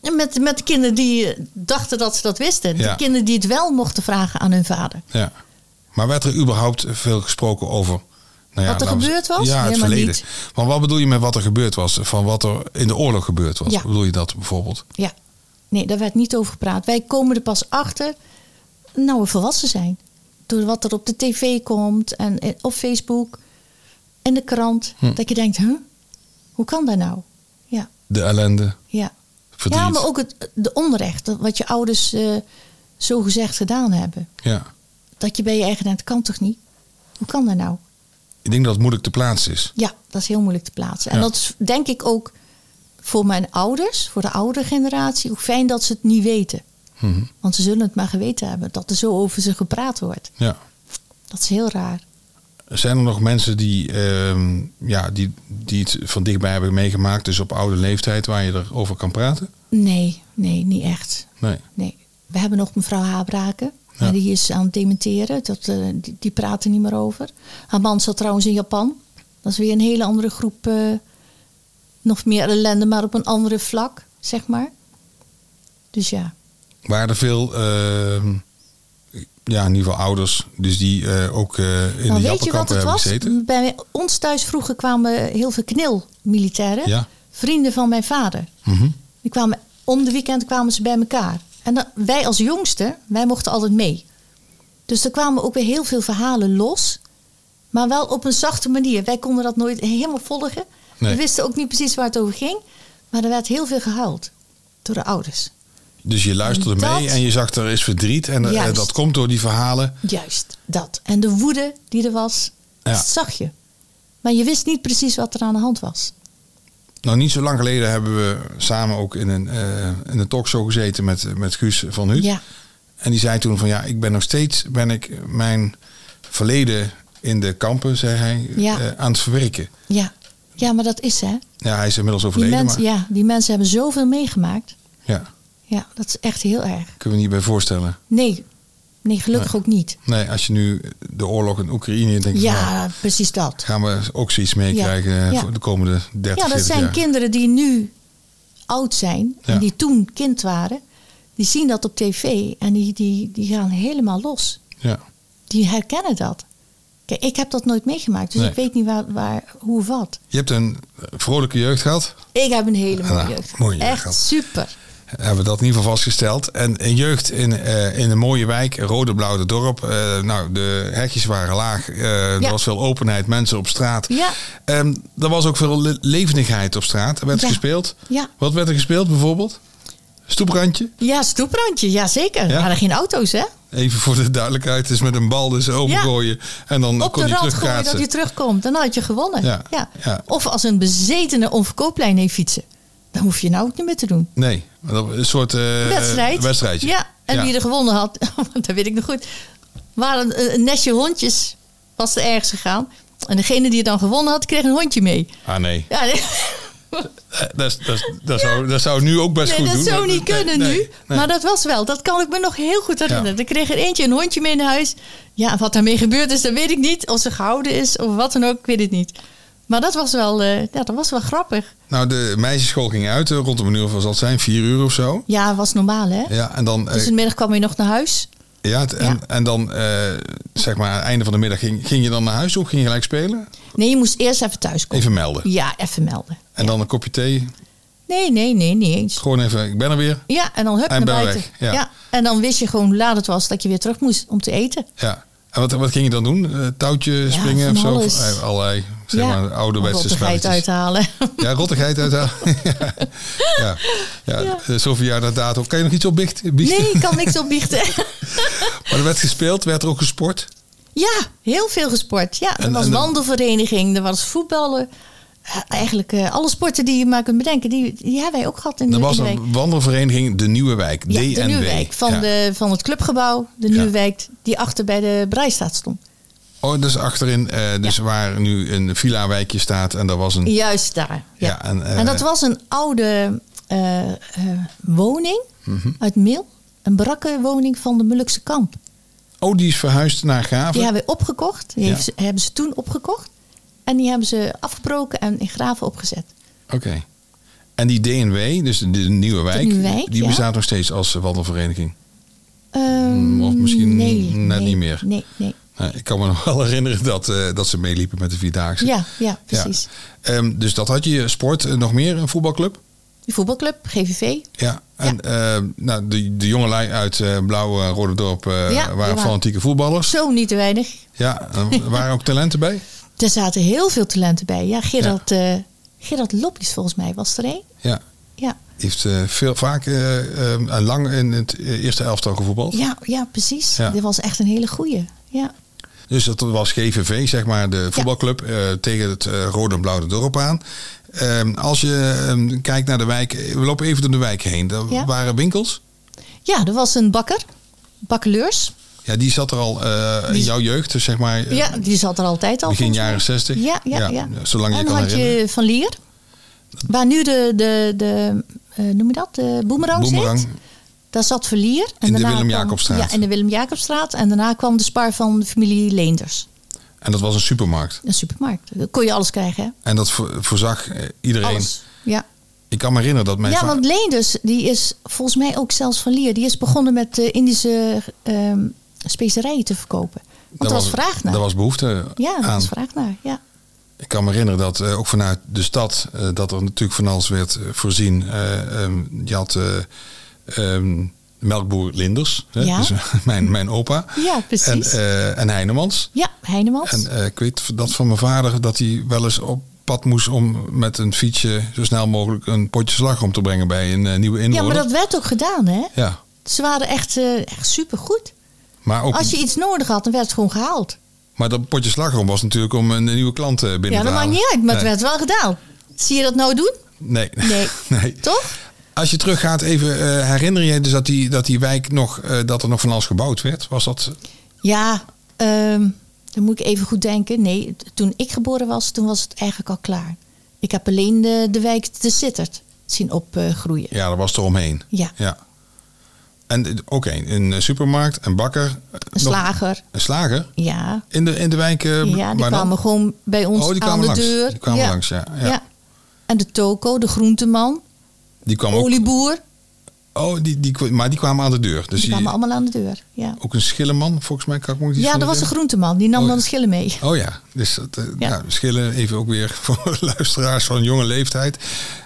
Speaker 1: En met, met de kinderen die eh, dachten dat ze dat wisten.
Speaker 2: Ja.
Speaker 1: De kinderen die het wel mochten vragen aan hun vader.
Speaker 2: Ja. Maar werd er überhaupt veel gesproken over? nou
Speaker 1: Wat er
Speaker 2: laten we-
Speaker 1: gebeurd was?
Speaker 2: Ja, het
Speaker 1: Helemaal
Speaker 2: verleden.
Speaker 1: niet.
Speaker 2: Maar wat bedoel je met wat er gebeurd was? Van wat er in de oorlog gebeurd was?
Speaker 1: Ja.
Speaker 2: Bedoel je dat bijvoorbeeld?
Speaker 1: Ja. Nee, daar werd niet over gepraat. Wij komen er pas achter, nou we volwassen zijn. door wat er op de tv komt en en op Facebook en de krant.
Speaker 2: Hm.
Speaker 1: Dat je denkt, huh? hoe kan dat nou? Ja,
Speaker 2: De ellende,
Speaker 1: ja.
Speaker 2: verdriet.
Speaker 1: Ja, maar ook het de onrecht, dat wat je ouders eh, zo gezegd gedaan hebben.
Speaker 2: Ja.
Speaker 1: Dat je bij je eigen denkt, kan toch niet? Hoe kan dat nou?
Speaker 2: Ik denk dat het moeilijk te plaatsen is.
Speaker 1: Ja, dat is heel moeilijk te plaatsen. En
Speaker 2: Ja.
Speaker 1: dat is denk ik ook voor mijn ouders, voor de oudere generatie, hoe fijn dat ze het niet weten.
Speaker 2: Mhm.
Speaker 1: Want ze zullen het maar geweten hebben dat er zo over ze gepraat wordt.
Speaker 2: Ja.
Speaker 1: Dat is heel raar.
Speaker 2: Zijn er nog mensen die, ehm, ja, die, die het van dichtbij hebben meegemaakt, dus op oude leeftijd, waar je erover kan praten?
Speaker 1: Nee, nee, niet echt.
Speaker 2: Nee.
Speaker 1: Nee. We hebben nog mevrouw Haabraken.
Speaker 2: Ja.
Speaker 1: Maar die is aan het dementeren. Dat, eh, die, die praat er niet meer over. Haar man zat trouwens in Japan. Dat is weer een hele andere groep. eh, nog meer ellende, maar op een andere vlak, zeg maar. Dus ja.
Speaker 2: Waren er veel, ehm, ja, in ieder geval ouders, dus die eh, ook eh, in
Speaker 1: nou,
Speaker 2: de
Speaker 1: weet je wat
Speaker 2: jappenkampen
Speaker 1: het
Speaker 2: hebben
Speaker 1: was?
Speaker 2: gezeten?
Speaker 1: Bij ons thuis vroeger kwamen heel veel knil-militairen.
Speaker 2: Ja.
Speaker 1: Vrienden van mijn vader.
Speaker 2: Mhm.
Speaker 1: Die kwamen, om de weekend kwamen ze bij elkaar. En dan, wij als jongste, wij mochten altijd mee. Dus er kwamen ook weer heel veel verhalen los. Maar wel op een zachte manier. Wij konden dat nooit helemaal volgen.
Speaker 2: Nee.
Speaker 1: We wisten ook niet precies waar het over ging. Maar er werd heel veel gehuild door de ouders.
Speaker 2: Dus je luisterde
Speaker 1: Dat-
Speaker 2: mee en je zag er is verdriet en eh,
Speaker 1: Juist.
Speaker 2: dat komt door die verhalen.
Speaker 1: Juist, dat. En de woede die er was,
Speaker 2: Ja.
Speaker 1: dat zag je. Maar je wist niet precies wat er aan de hand was.
Speaker 2: Nou, niet zo lang geleden hebben we samen ook in een, eh, in een talkshow gezeten met, met Guus van Huut.
Speaker 1: Ja,
Speaker 2: En die zei toen van ja, ik ben nog steeds ben ik mijn verleden in de kampen, zei hij,
Speaker 1: Ja.
Speaker 2: eh, aan het verwerken.
Speaker 1: ja. ja maar dat is hè.
Speaker 2: Ja, hij is inmiddels
Speaker 1: Die,
Speaker 2: overleden,
Speaker 1: mensen-
Speaker 2: maar
Speaker 1: ja, die mensen hebben zoveel meegemaakt.
Speaker 2: ja,
Speaker 1: Ja, dat is echt heel erg.
Speaker 2: kunnen we niet bij voorstellen.
Speaker 1: Nee, nee gelukkig ook niet.
Speaker 2: Nee, als je nu de oorlog in Oekraïne denkt, van, nou,
Speaker 1: Ja, precies dat.
Speaker 2: gaan we ook zoiets meekrijgen eh,
Speaker 1: Ja.
Speaker 2: voor de komende 30, 40
Speaker 1: Ja,
Speaker 2: jaar.
Speaker 1: dat zijn kinderen die nu oud zijn en
Speaker 2: Ja.
Speaker 1: die toen kind waren. Die zien dat op tv en die, die, die gaan helemaal los.
Speaker 2: Ja.
Speaker 1: Die herkennen dat. Kijk, ik heb dat nooit meegemaakt, dus
Speaker 2: Nee.
Speaker 1: ik weet niet waar, waar, hoe of wat.
Speaker 2: Je hebt een vrolijke jeugd gehad,
Speaker 1: Ik heb een hele mooie
Speaker 2: Ja,
Speaker 1: jeugd.
Speaker 2: mooie jeugd
Speaker 1: Echt
Speaker 2: gehad.
Speaker 1: super.
Speaker 2: hebben we dat in ieder geval vastgesteld. En een jeugd in, eh, in een mooie wijk, Rode-Blauwde dorp. eh, nou, de hekjes waren laag, eh, er
Speaker 1: Ja.
Speaker 2: was veel openheid, mensen op straat.
Speaker 1: Ja.
Speaker 2: Ehm, er was ook veel le- levendigheid op straat, er werd
Speaker 1: Ja.
Speaker 2: gespeeld.
Speaker 1: Ja.
Speaker 2: Wat werd er gespeeld bijvoorbeeld? Stoeprandje,
Speaker 1: Ja, stoeprandje, ja zeker.
Speaker 2: Ja?
Speaker 1: Er waren geen auto's, hè?
Speaker 2: even voor de duidelijkheid, is met een bal dus opengooien. En dan
Speaker 1: Op
Speaker 2: kon
Speaker 1: de rand
Speaker 2: hij
Speaker 1: gooien dat
Speaker 2: terugkaatsen.
Speaker 1: hij terugkomt. Dan had je gewonnen.
Speaker 2: Ja,
Speaker 1: Ja.
Speaker 2: ja.
Speaker 1: Of als een bezetene om verkooplijn heen fietsen. Dan hoef je nou ook niet meer te doen.
Speaker 2: Nee, maar dat was een soort eh,
Speaker 1: Wedstrijd.
Speaker 2: wedstrijdje.
Speaker 1: Ja, en wie er gewonnen had, want dat weet ik nog goed. Waren eh, een, een nestje hondjes was er ergens gegaan. En degene die het dan gewonnen had, kreeg een hondje mee.
Speaker 2: Ah nee,
Speaker 1: Ja, nee,
Speaker 2: Eh, dat, is- dat, is- dat, zou, dat zou nu ook best
Speaker 1: nee,
Speaker 2: goed
Speaker 1: dat
Speaker 2: doen.
Speaker 1: zou niet
Speaker 2: Nee,
Speaker 1: kunnen
Speaker 2: nee,
Speaker 1: nu.
Speaker 2: nee.
Speaker 1: Maar dat was wel. Dat kan ik me nog heel goed herinneren.
Speaker 2: Ja.
Speaker 1: Er kreeg er eentje een hondje mee naar huis. Ja, wat daarmee gebeurd is, dat weet ik niet. Of ze gehouden is of wat dan ook, ik weet het niet. Maar dat was wel, eh, ja, dat was wel grappig.
Speaker 2: Nou, de meisjesschool ging uit eh, rond een uur of wat zal het zijn, vier uur of zo.
Speaker 1: Ja, was normaal hè.
Speaker 2: Ja, en dan, eh,
Speaker 1: Dus in de middag kwam je nog naar huis.
Speaker 2: ja, het- en,
Speaker 1: ja.
Speaker 2: en dan eh, zeg maar aan het einde van de middag ging, ging je dan naar huis toe, ging je gelijk spelen,
Speaker 1: Nee, je moest eerst even thuis komen.
Speaker 2: even melden.
Speaker 1: Ja, even melden.
Speaker 2: En dan een kopje thee,
Speaker 1: Nee, nee, nee, niet eens.
Speaker 2: gewoon even, ik ben er weer.
Speaker 1: Ja, en dan hup
Speaker 2: En
Speaker 1: naar
Speaker 2: ben
Speaker 1: buiten.
Speaker 2: weg, ja.
Speaker 1: En dan wist je gewoon hoe laat het was dat je weer terug moest om te eten.
Speaker 2: Ja. En wat, wat ging je dan doen? Eh, touwtje
Speaker 1: van
Speaker 2: springen of zo?
Speaker 1: alles.
Speaker 2: Of, eh, allerlei, zeg
Speaker 1: ja.
Speaker 2: maar, ouderwetse
Speaker 1: Rottigheid
Speaker 2: spelletjes.
Speaker 1: uithalen.
Speaker 2: Ja, rottigheid uithalen. ja, ja. eh,
Speaker 1: Ja.
Speaker 2: ja. zo'n verjaardatum. Kan je nog iets op biechten?
Speaker 1: Nee, ik kan niks opbiechten.
Speaker 2: Maar er werd gespeeld, werd er ook gesport.
Speaker 1: ja, heel veel gesport. Ja, er
Speaker 2: En-
Speaker 1: was
Speaker 2: en dan-
Speaker 1: wandelvereniging, er was voetballen. Eh, Eigenlijk eh, alle sporten die je maar kunt bedenken, die, die hebben wij ook gehad in de,
Speaker 2: Er was
Speaker 1: in de wijk.
Speaker 2: een wandelvereniging De Nieuwe Wijk,
Speaker 1: Ja,
Speaker 2: DNW.
Speaker 1: de Nieuwe Wijk, van,
Speaker 2: Ja.
Speaker 1: de, van het clubgebouw, de
Speaker 2: Ja.
Speaker 1: Nieuwe Wijk, die achter bij de Breistaat stond.
Speaker 2: Oh, dus achterin, eh, dus waar nu een villa-wijkje staat en daar was een...
Speaker 1: Juist daar. Ja.
Speaker 2: Hm. Ja, en,
Speaker 1: en,
Speaker 2: eh,
Speaker 1: dat was een oude eh, eh, woning
Speaker 2: Mhm.
Speaker 1: uit Meel. Een barakke woning van de Molukse kamp.
Speaker 2: Oh, die is verhuisd naar Graven.
Speaker 1: Die hebben we opgekocht. Die
Speaker 2: Ja.
Speaker 1: heeft ze- hebben ze toen opgekocht. En die hebben ze afgebroken en in graven opgezet.
Speaker 2: Oké. En die DNW, dus de, de Nieuwe Wijk,
Speaker 1: Nieuwe Wijk,
Speaker 2: die
Speaker 1: ja.
Speaker 2: bestaat nog steeds als eh, wandelvereniging.
Speaker 1: Ehm,
Speaker 2: of misschien
Speaker 1: nee,
Speaker 2: net
Speaker 1: nee,
Speaker 2: niet meer.
Speaker 1: Nee, nee.
Speaker 2: Nou, ik kan me nog wel herinneren dat, eh, dat ze meeliepen met de Vierdaagse.
Speaker 1: Ja, ja, precies.
Speaker 2: Ehm, dus dat had je, sport, eh, nog meer, een voetbalclub?
Speaker 1: Die voetbalclub, GVV.
Speaker 2: Ja, en eh, nou, de, de jongelui uit eh Blauw eh, Rodendorp eh,
Speaker 1: Ja, die
Speaker 2: waren
Speaker 1: waren-
Speaker 2: fanatieke voetballers.
Speaker 1: Zo niet te weinig.
Speaker 2: Ja, er waren ook talenten bij.
Speaker 1: Er zaten heel veel talenten bij. Ja, Gerard, eh Gerard Loppies volgens mij was er één.
Speaker 2: Ja,
Speaker 1: Ja.
Speaker 2: die heeft eh, veel, vaak eh, eh, lang in het eh, eerste elftal gevoetbald.
Speaker 1: Ja, ja, precies.
Speaker 2: Ja.
Speaker 1: Dit was echt een hele goeie. Ja.
Speaker 2: Dus dat was GVV, zeg maar, de voetbalclub eh, tegen het eh, rode en blauwe dorp aan. Ehm, als je ehm, kijkt naar de wijk, we lopen even door de wijk heen. Daar
Speaker 1: Ja.
Speaker 2: waren winkels.
Speaker 1: ja, er was een bakker. Bakkeleurs.
Speaker 2: Ja, die zat er al eh, in
Speaker 1: Die-
Speaker 2: jouw jeugd, dus zeg maar eh,
Speaker 1: Ja, die zat er altijd al.
Speaker 2: begin
Speaker 1: volgens mij.
Speaker 2: jaren 60.
Speaker 1: Ja, ja, ja.
Speaker 2: Zolang je
Speaker 1: en
Speaker 2: kan
Speaker 1: dan had
Speaker 2: herinneren.
Speaker 1: je Van Lier. Waar nu de, de, de eh, noem je dat, de boemerang,
Speaker 2: Boemerang.
Speaker 1: zit. Daar zat Van Lier. En
Speaker 2: In de
Speaker 1: daarna kwam-
Speaker 2: Willem-Jacobsstraat.
Speaker 1: Ja, in de Willem-Jacobstraat. En daarna kwam de spar van de familie Leenders.
Speaker 2: En dat was een supermarkt.
Speaker 1: Een supermarkt. Daar kon je alles krijgen, hè?
Speaker 2: En dat vo- voorzag eh, iedereen.
Speaker 1: Alles. Ja.
Speaker 2: Ik kan me herinneren dat mijn
Speaker 1: Ja,
Speaker 2: va-
Speaker 1: want Leenders, die is volgens mij ook zelfs van Lier. Die is begonnen met eh, Indische ehm, specerijen te verkopen. Want
Speaker 2: daar
Speaker 1: er was vraag naar.
Speaker 2: Daar was behoefte
Speaker 1: ja, er
Speaker 2: aan.
Speaker 1: was vraag naar. Ja.
Speaker 2: Ik kan me herinneren dat eh, ook vanuit de stad eh, dat er natuurlijk van alles werd eh, voorzien. Eh, ehm, je had eh, ehm, melkboer Linders, hè?
Speaker 1: Ja.
Speaker 2: dus, mijn, mijn opa.
Speaker 1: Ja, precies.
Speaker 2: En, eh, en Heinemans.
Speaker 1: ja, Heinemans.
Speaker 2: En eh, ik weet dat van mijn vader dat hij wel eens op pad moest om met een fietsje zo snel mogelijk een potje slagroom te brengen bij een eh, nieuwe inwoner.
Speaker 1: ja, maar dat werd ook gedaan, hè?
Speaker 2: Ja,
Speaker 1: Ze waren echt, eh, echt supergoed.
Speaker 2: maar ook
Speaker 1: Als je iets nodig had, dan werd het gewoon gehaald.
Speaker 2: Maar dat potje slagroom was natuurlijk om een nieuwe klant eh, binnen
Speaker 1: Ja,
Speaker 2: te
Speaker 1: dat
Speaker 2: halen.
Speaker 1: maakt niet uit, maar het
Speaker 2: nee.
Speaker 1: werd wel gedaan. Zie je dat nou doen?
Speaker 2: Nee.
Speaker 1: Nee.
Speaker 2: nee.
Speaker 1: Toch?
Speaker 2: Als je teruggaat even, eh, herinner je je dus dat die, dat die wijk nog, eh, dat er nog van alles gebouwd werd? Was dat...
Speaker 1: Ja, ehm, dan moet ik even goed denken. Nee, t- toen ik geboren was, toen was het eigenlijk al klaar. Ik heb alleen de, de wijk de Sittert zien opgroeien.
Speaker 2: Ja, dat was er omheen.
Speaker 1: Ja.
Speaker 2: ja. En eh, oké, een eh, supermarkt, een bakker. eh,
Speaker 1: Een
Speaker 2: nog-
Speaker 1: slager,
Speaker 2: Een slager?
Speaker 1: ja.
Speaker 2: In de, in de wijk? eh,
Speaker 1: Ja, die
Speaker 2: waar dan?
Speaker 1: kwamen gewoon bij ons
Speaker 2: Oh, die
Speaker 1: aan
Speaker 2: kwamen
Speaker 1: de
Speaker 2: langs.
Speaker 1: deur.
Speaker 2: Die kwamen langs, ja, ja.
Speaker 1: En de toko, de groenteman,
Speaker 2: Die kwamen ook,
Speaker 1: olieboer.
Speaker 2: oh, die, die, maar die kwamen aan de deur. Dus
Speaker 1: Die
Speaker 2: die
Speaker 1: kwamen allemaal aan de deur. Ja,
Speaker 2: ook een schilleman, volgens mij. Kan ik me ook niet
Speaker 1: ja
Speaker 2: zo
Speaker 1: dat was de
Speaker 2: herinneren.
Speaker 1: groenteman. Die nam
Speaker 2: Oh,
Speaker 1: dan
Speaker 2: ja.
Speaker 1: de schillen mee.
Speaker 2: Oh ja, dus dat, eh,
Speaker 1: Ja.
Speaker 2: Nou, schillen even ook weer voor luisteraars van jonge leeftijd.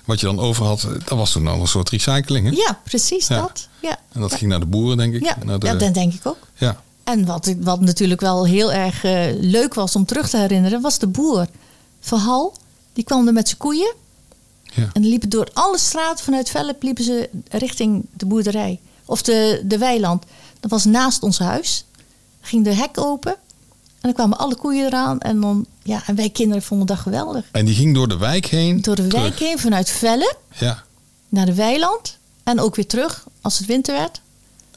Speaker 2: Wat je dan over had, eh, dat was toen al een soort recycling. Hè?
Speaker 1: Ja, precies
Speaker 2: Ja.
Speaker 1: dat. Ja.
Speaker 2: En dat ging naar de boeren, denk ik.
Speaker 1: Ja,
Speaker 2: Naar de,
Speaker 1: ja, dat denk ik ook.
Speaker 2: ja.
Speaker 1: En wat, ik- wat natuurlijk wel heel erg eh, leuk was om terug te herinneren, was de boer. Verhal, die kwam er met zijn koeien.
Speaker 2: Ja.
Speaker 1: En die liepen door alle straten vanuit Velp liepen ze richting de boerderij. Of de, de weiland. Dat was naast ons huis. Dan ging de hek open. En dan kwamen alle koeien eraan. En, dan, ja, en wij kinderen vonden dat geweldig.
Speaker 2: En die ging door de wijk heen.
Speaker 1: Door de
Speaker 2: terug.
Speaker 1: wijk heen, vanuit Velp
Speaker 2: Ja,
Speaker 1: naar de weiland. En ook weer terug als het winter werd.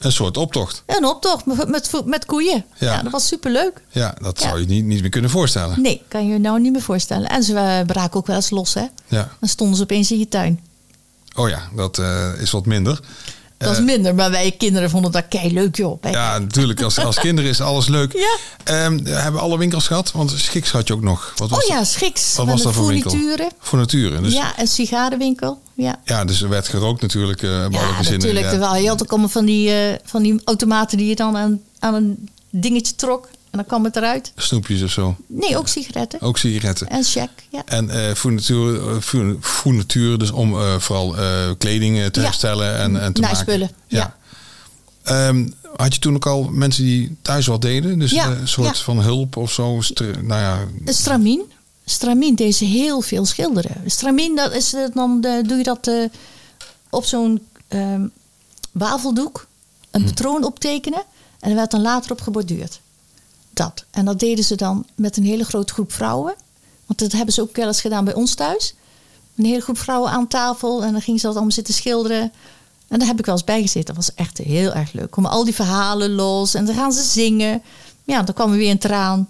Speaker 2: een soort optocht.
Speaker 1: Een optocht met, met, met koeien.
Speaker 2: Ja.
Speaker 1: Ja. dat was superleuk.
Speaker 2: Ja, dat
Speaker 1: Ja.
Speaker 2: zou je niet, niet meer kunnen voorstellen.
Speaker 1: Nee, kan je je nou niet meer voorstellen. En ze eh, braken ook wel eens los, hè.
Speaker 2: Ja.
Speaker 1: Dan stonden ze opeens in je tuin.
Speaker 2: Oh ja, dat eh, is wat minder.
Speaker 1: Dat is minder, maar wij kinderen vonden dat kei leuk, joh. Wij-
Speaker 2: Eh. Ja, natuurlijk. Als, als kinderen is alles leuk.
Speaker 1: Ja.
Speaker 2: Ehm, hebben alle winkels gehad? Want Schiks had je ook nog. Wat was
Speaker 1: oh ja,
Speaker 2: dat?
Speaker 1: schiks.
Speaker 2: Wat
Speaker 1: Met
Speaker 2: was dat voor winkel?
Speaker 1: Fournituren.
Speaker 2: Fournituren. Dus, ja.
Speaker 1: Ja, een sigarenwinkel. Ja,
Speaker 2: dus er werd gerookt natuurlijk. eh bij
Speaker 1: ja
Speaker 2: alle gezinnen.
Speaker 1: natuurlijk.
Speaker 2: Ja.
Speaker 1: Terwijl je had ook allemaal van die, eh, van die automaten die je dan aan, aan een dingetje trok. En dan kwam het eruit.
Speaker 2: Snoepjes of zo.
Speaker 1: Nee, ook sigaretten.
Speaker 2: Ook sigaretten.
Speaker 1: En check, ja.
Speaker 2: En eh fournituur, eh, four- fournituur, dus om eh, vooral eh, kleding eh, te
Speaker 1: Ja.
Speaker 2: herstellen en, en te maken.
Speaker 1: Naaispullen,
Speaker 2: Ja. Ehm, had je toen ook al mensen die thuis wat deden? Dus
Speaker 1: Ja,
Speaker 2: eh, een soort
Speaker 1: ja.
Speaker 2: van hulp of zo? Str- nou ja,
Speaker 1: Een Stramien. Stramien deed ze heel veel schilderen. Stramien, dat is, eh, dan eh, doe je dat eh, op zo'n ehm, wafeldoek. Een patroon optekenen. En er werd dan later op geborduurd. Dat. En dat deden ze dan met een hele grote groep vrouwen. Want dat hebben ze ook wel eens gedaan bij ons thuis. Een hele groep vrouwen aan tafel. En dan gingen ze dat allemaal zitten schilderen. En daar heb ik wel eens bij gezeten. Dat was echt heel erg leuk. Komen al die verhalen los. En dan gaan ze zingen. Ja, dan kwam er weer een traan.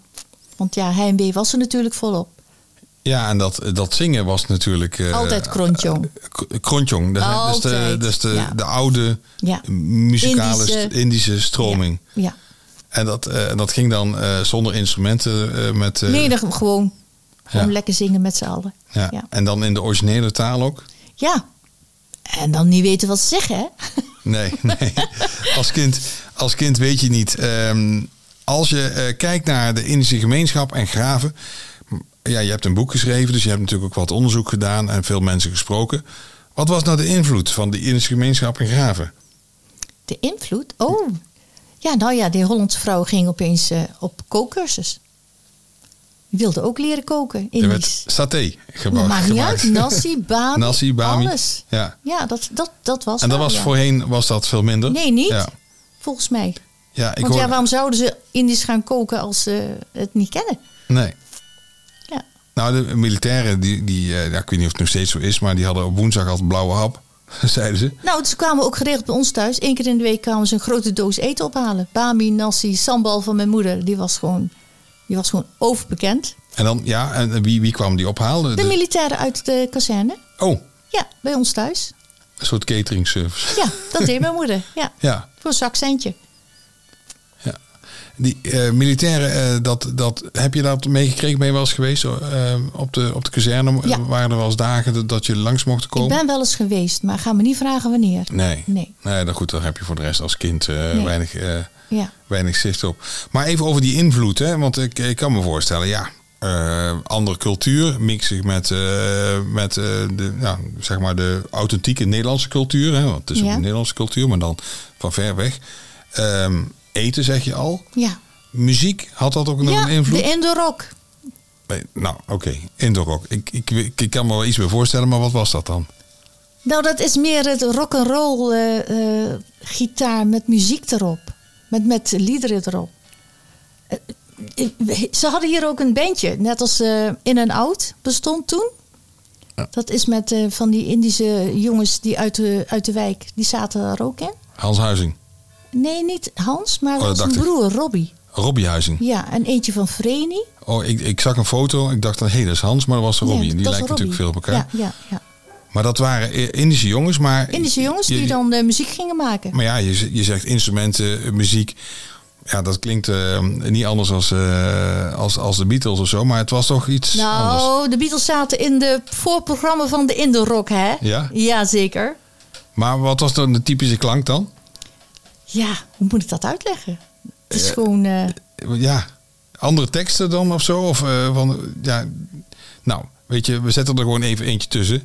Speaker 1: Want ja, heimwee was er natuurlijk volop.
Speaker 2: ja, en dat, dat zingen was natuurlijk... eh,
Speaker 1: Altijd krontjong.
Speaker 2: K- Krontjong, dat dat is de,
Speaker 1: Altijd,
Speaker 2: dat is de,
Speaker 1: ja.
Speaker 2: de oude
Speaker 1: Ja.
Speaker 2: muzikale st- Indische,
Speaker 1: Indische-
Speaker 2: stroming.
Speaker 1: Ja.
Speaker 2: En dat, eh, en dat ging dan eh, zonder instrumenten eh, met... eh,
Speaker 1: Nee, dan gewoon. Gewoon
Speaker 2: Ja.
Speaker 1: lekker zingen met z'n allen.
Speaker 2: ja.
Speaker 1: ja.
Speaker 2: En dan in de originele taal ook?
Speaker 1: Ja. En dan niet weten wat ze zeggen, hè?
Speaker 2: Nee, nee. Als kind, als kind weet je niet. Ehm, als je eh, kijkt naar de Indische gemeenschap en graven. m- Ja, je hebt een boek geschreven, dus je hebt natuurlijk ook wat onderzoek gedaan en veel mensen gesproken. Wat was nou de invloed van de Ierse gemeenschap in Graven?
Speaker 1: De invloed? Oh, ja, nou ja, die Hollandse vrouw ging opeens eh, op kookcursus. Die wilde ook leren koken,
Speaker 2: Er werd
Speaker 1: Indisch.
Speaker 2: saté geba-
Speaker 1: Dat maakt niet
Speaker 2: gemaakt.
Speaker 1: uit, nasi, bami,
Speaker 2: Nasi, bami.
Speaker 1: alles.
Speaker 2: Ja.
Speaker 1: Ja, dat, dat, dat was
Speaker 2: En dat
Speaker 1: wel,
Speaker 2: was
Speaker 1: ja.
Speaker 2: voorheen was dat veel minder.
Speaker 1: Nee, niet.
Speaker 2: Ja,
Speaker 1: Volgens mij.
Speaker 2: ja ik
Speaker 1: Want ja,
Speaker 2: hoor.
Speaker 1: waarom zouden ze Indisch gaan koken als ze het niet kennen?
Speaker 2: Nee.
Speaker 1: Ja.
Speaker 2: Nou, de militairen, die, die, eh, ja, ik weet niet of het nog steeds zo is, maar die hadden op woensdag altijd blauwe hap, zeiden ze.
Speaker 1: Nou, ze kwamen ook geregeld bij ons thuis. Eén keer in de week kwamen ze een grote doos eten ophalen. Bami, nasi, sambal van mijn moeder. Die was gewoon, die was gewoon overbekend.
Speaker 2: En dan, ja, en wie, wie kwam die ophalen?
Speaker 1: De
Speaker 2: De-
Speaker 1: militairen uit de kazerne.
Speaker 2: oh,
Speaker 1: Ja, bij ons thuis.
Speaker 2: een soort catering service.
Speaker 1: Ja, dat deed mijn moeder. Ja,
Speaker 2: Ja.
Speaker 1: voor een zakcentje.
Speaker 2: Die eh, militairen, eh, dat, dat, heb je dat meegekregen? Ben je wel eens geweest eh, op, de, op de kazerne?
Speaker 1: Ja.
Speaker 2: Waren er wel eens dagen dat, dat je langs mocht
Speaker 1: Ik
Speaker 2: komen?
Speaker 1: ben wel eens geweest, maar ga me niet vragen wanneer.
Speaker 2: Nee.
Speaker 1: Nee.
Speaker 2: Nee, dan goed, dan heb je voor de rest als kind eh, weinig, eh,
Speaker 1: Ja.
Speaker 2: weinig zicht op. Maar even over die invloed, hè? want ik, ik kan me voorstellen, ja, eh, andere cultuur, mixig met, eh, met eh, de, ja, zeg maar de authentieke Nederlandse cultuur. Hè? Want het is ook
Speaker 1: Ja.
Speaker 2: een Nederlandse cultuur, maar dan van ver weg. Ehm, eten zeg je al.
Speaker 1: Ja,
Speaker 2: Muziek, had dat ook nog
Speaker 1: ja
Speaker 2: een invloed?
Speaker 1: de Indorok.
Speaker 2: Nee, nou, oké, Indorok. Ik, ik, ik, kan me wel iets meer voorstellen, maar wat was dat dan?
Speaker 1: Nou, dat is meer het rock'n'roll eh, eh, gitaar met muziek erop. Met, met liederen erop. Eh, eh, ze hadden hier ook een bandje, net als eh, In en Out bestond toen.
Speaker 2: Ja.
Speaker 1: Dat is met eh, van die Indische jongens die uit de, uit de wijk, die zaten daar ook in.
Speaker 2: Hans Huizing,
Speaker 1: Nee, niet Hans, maar
Speaker 2: Oh, dat
Speaker 1: zijn
Speaker 2: dacht ik.
Speaker 1: broer Robbie.
Speaker 2: Robbie Huizing.
Speaker 1: Ja, en eentje van Vreni.
Speaker 2: Oh, ik, ik zag een foto. Ik dacht, hé, hey, dat is Hans, maar dat was Robbie.
Speaker 1: Nee,
Speaker 2: die
Speaker 1: dat
Speaker 2: lijkt
Speaker 1: is
Speaker 2: natuurlijk veel op
Speaker 1: Robbie.
Speaker 2: elkaar.
Speaker 1: Ja, ja, ja.
Speaker 2: Maar dat waren I- Indische jongens, maar...
Speaker 1: Indische jongens
Speaker 2: je-
Speaker 1: die
Speaker 2: je-
Speaker 1: dan eh, muziek gingen maken.
Speaker 2: Maar ja, je, z- je zegt instrumenten, eh, muziek. Ja, dat klinkt eh, niet anders als, eh, als, als de Beatles of zo. Maar het was toch iets anders.
Speaker 1: Nou, de Beatles zaten in de voorprogramma van de Indorok, hè?
Speaker 2: Ja?
Speaker 1: Jazeker.
Speaker 2: Maar wat was dan de typische klank dan?
Speaker 1: Ja, hoe moet ik dat uitleggen? Het is gewoon... eh,
Speaker 2: Ja, andere teksten dan of zo? Of eh, van, ja... Nou, weet je, we zetten er gewoon even eentje tussen.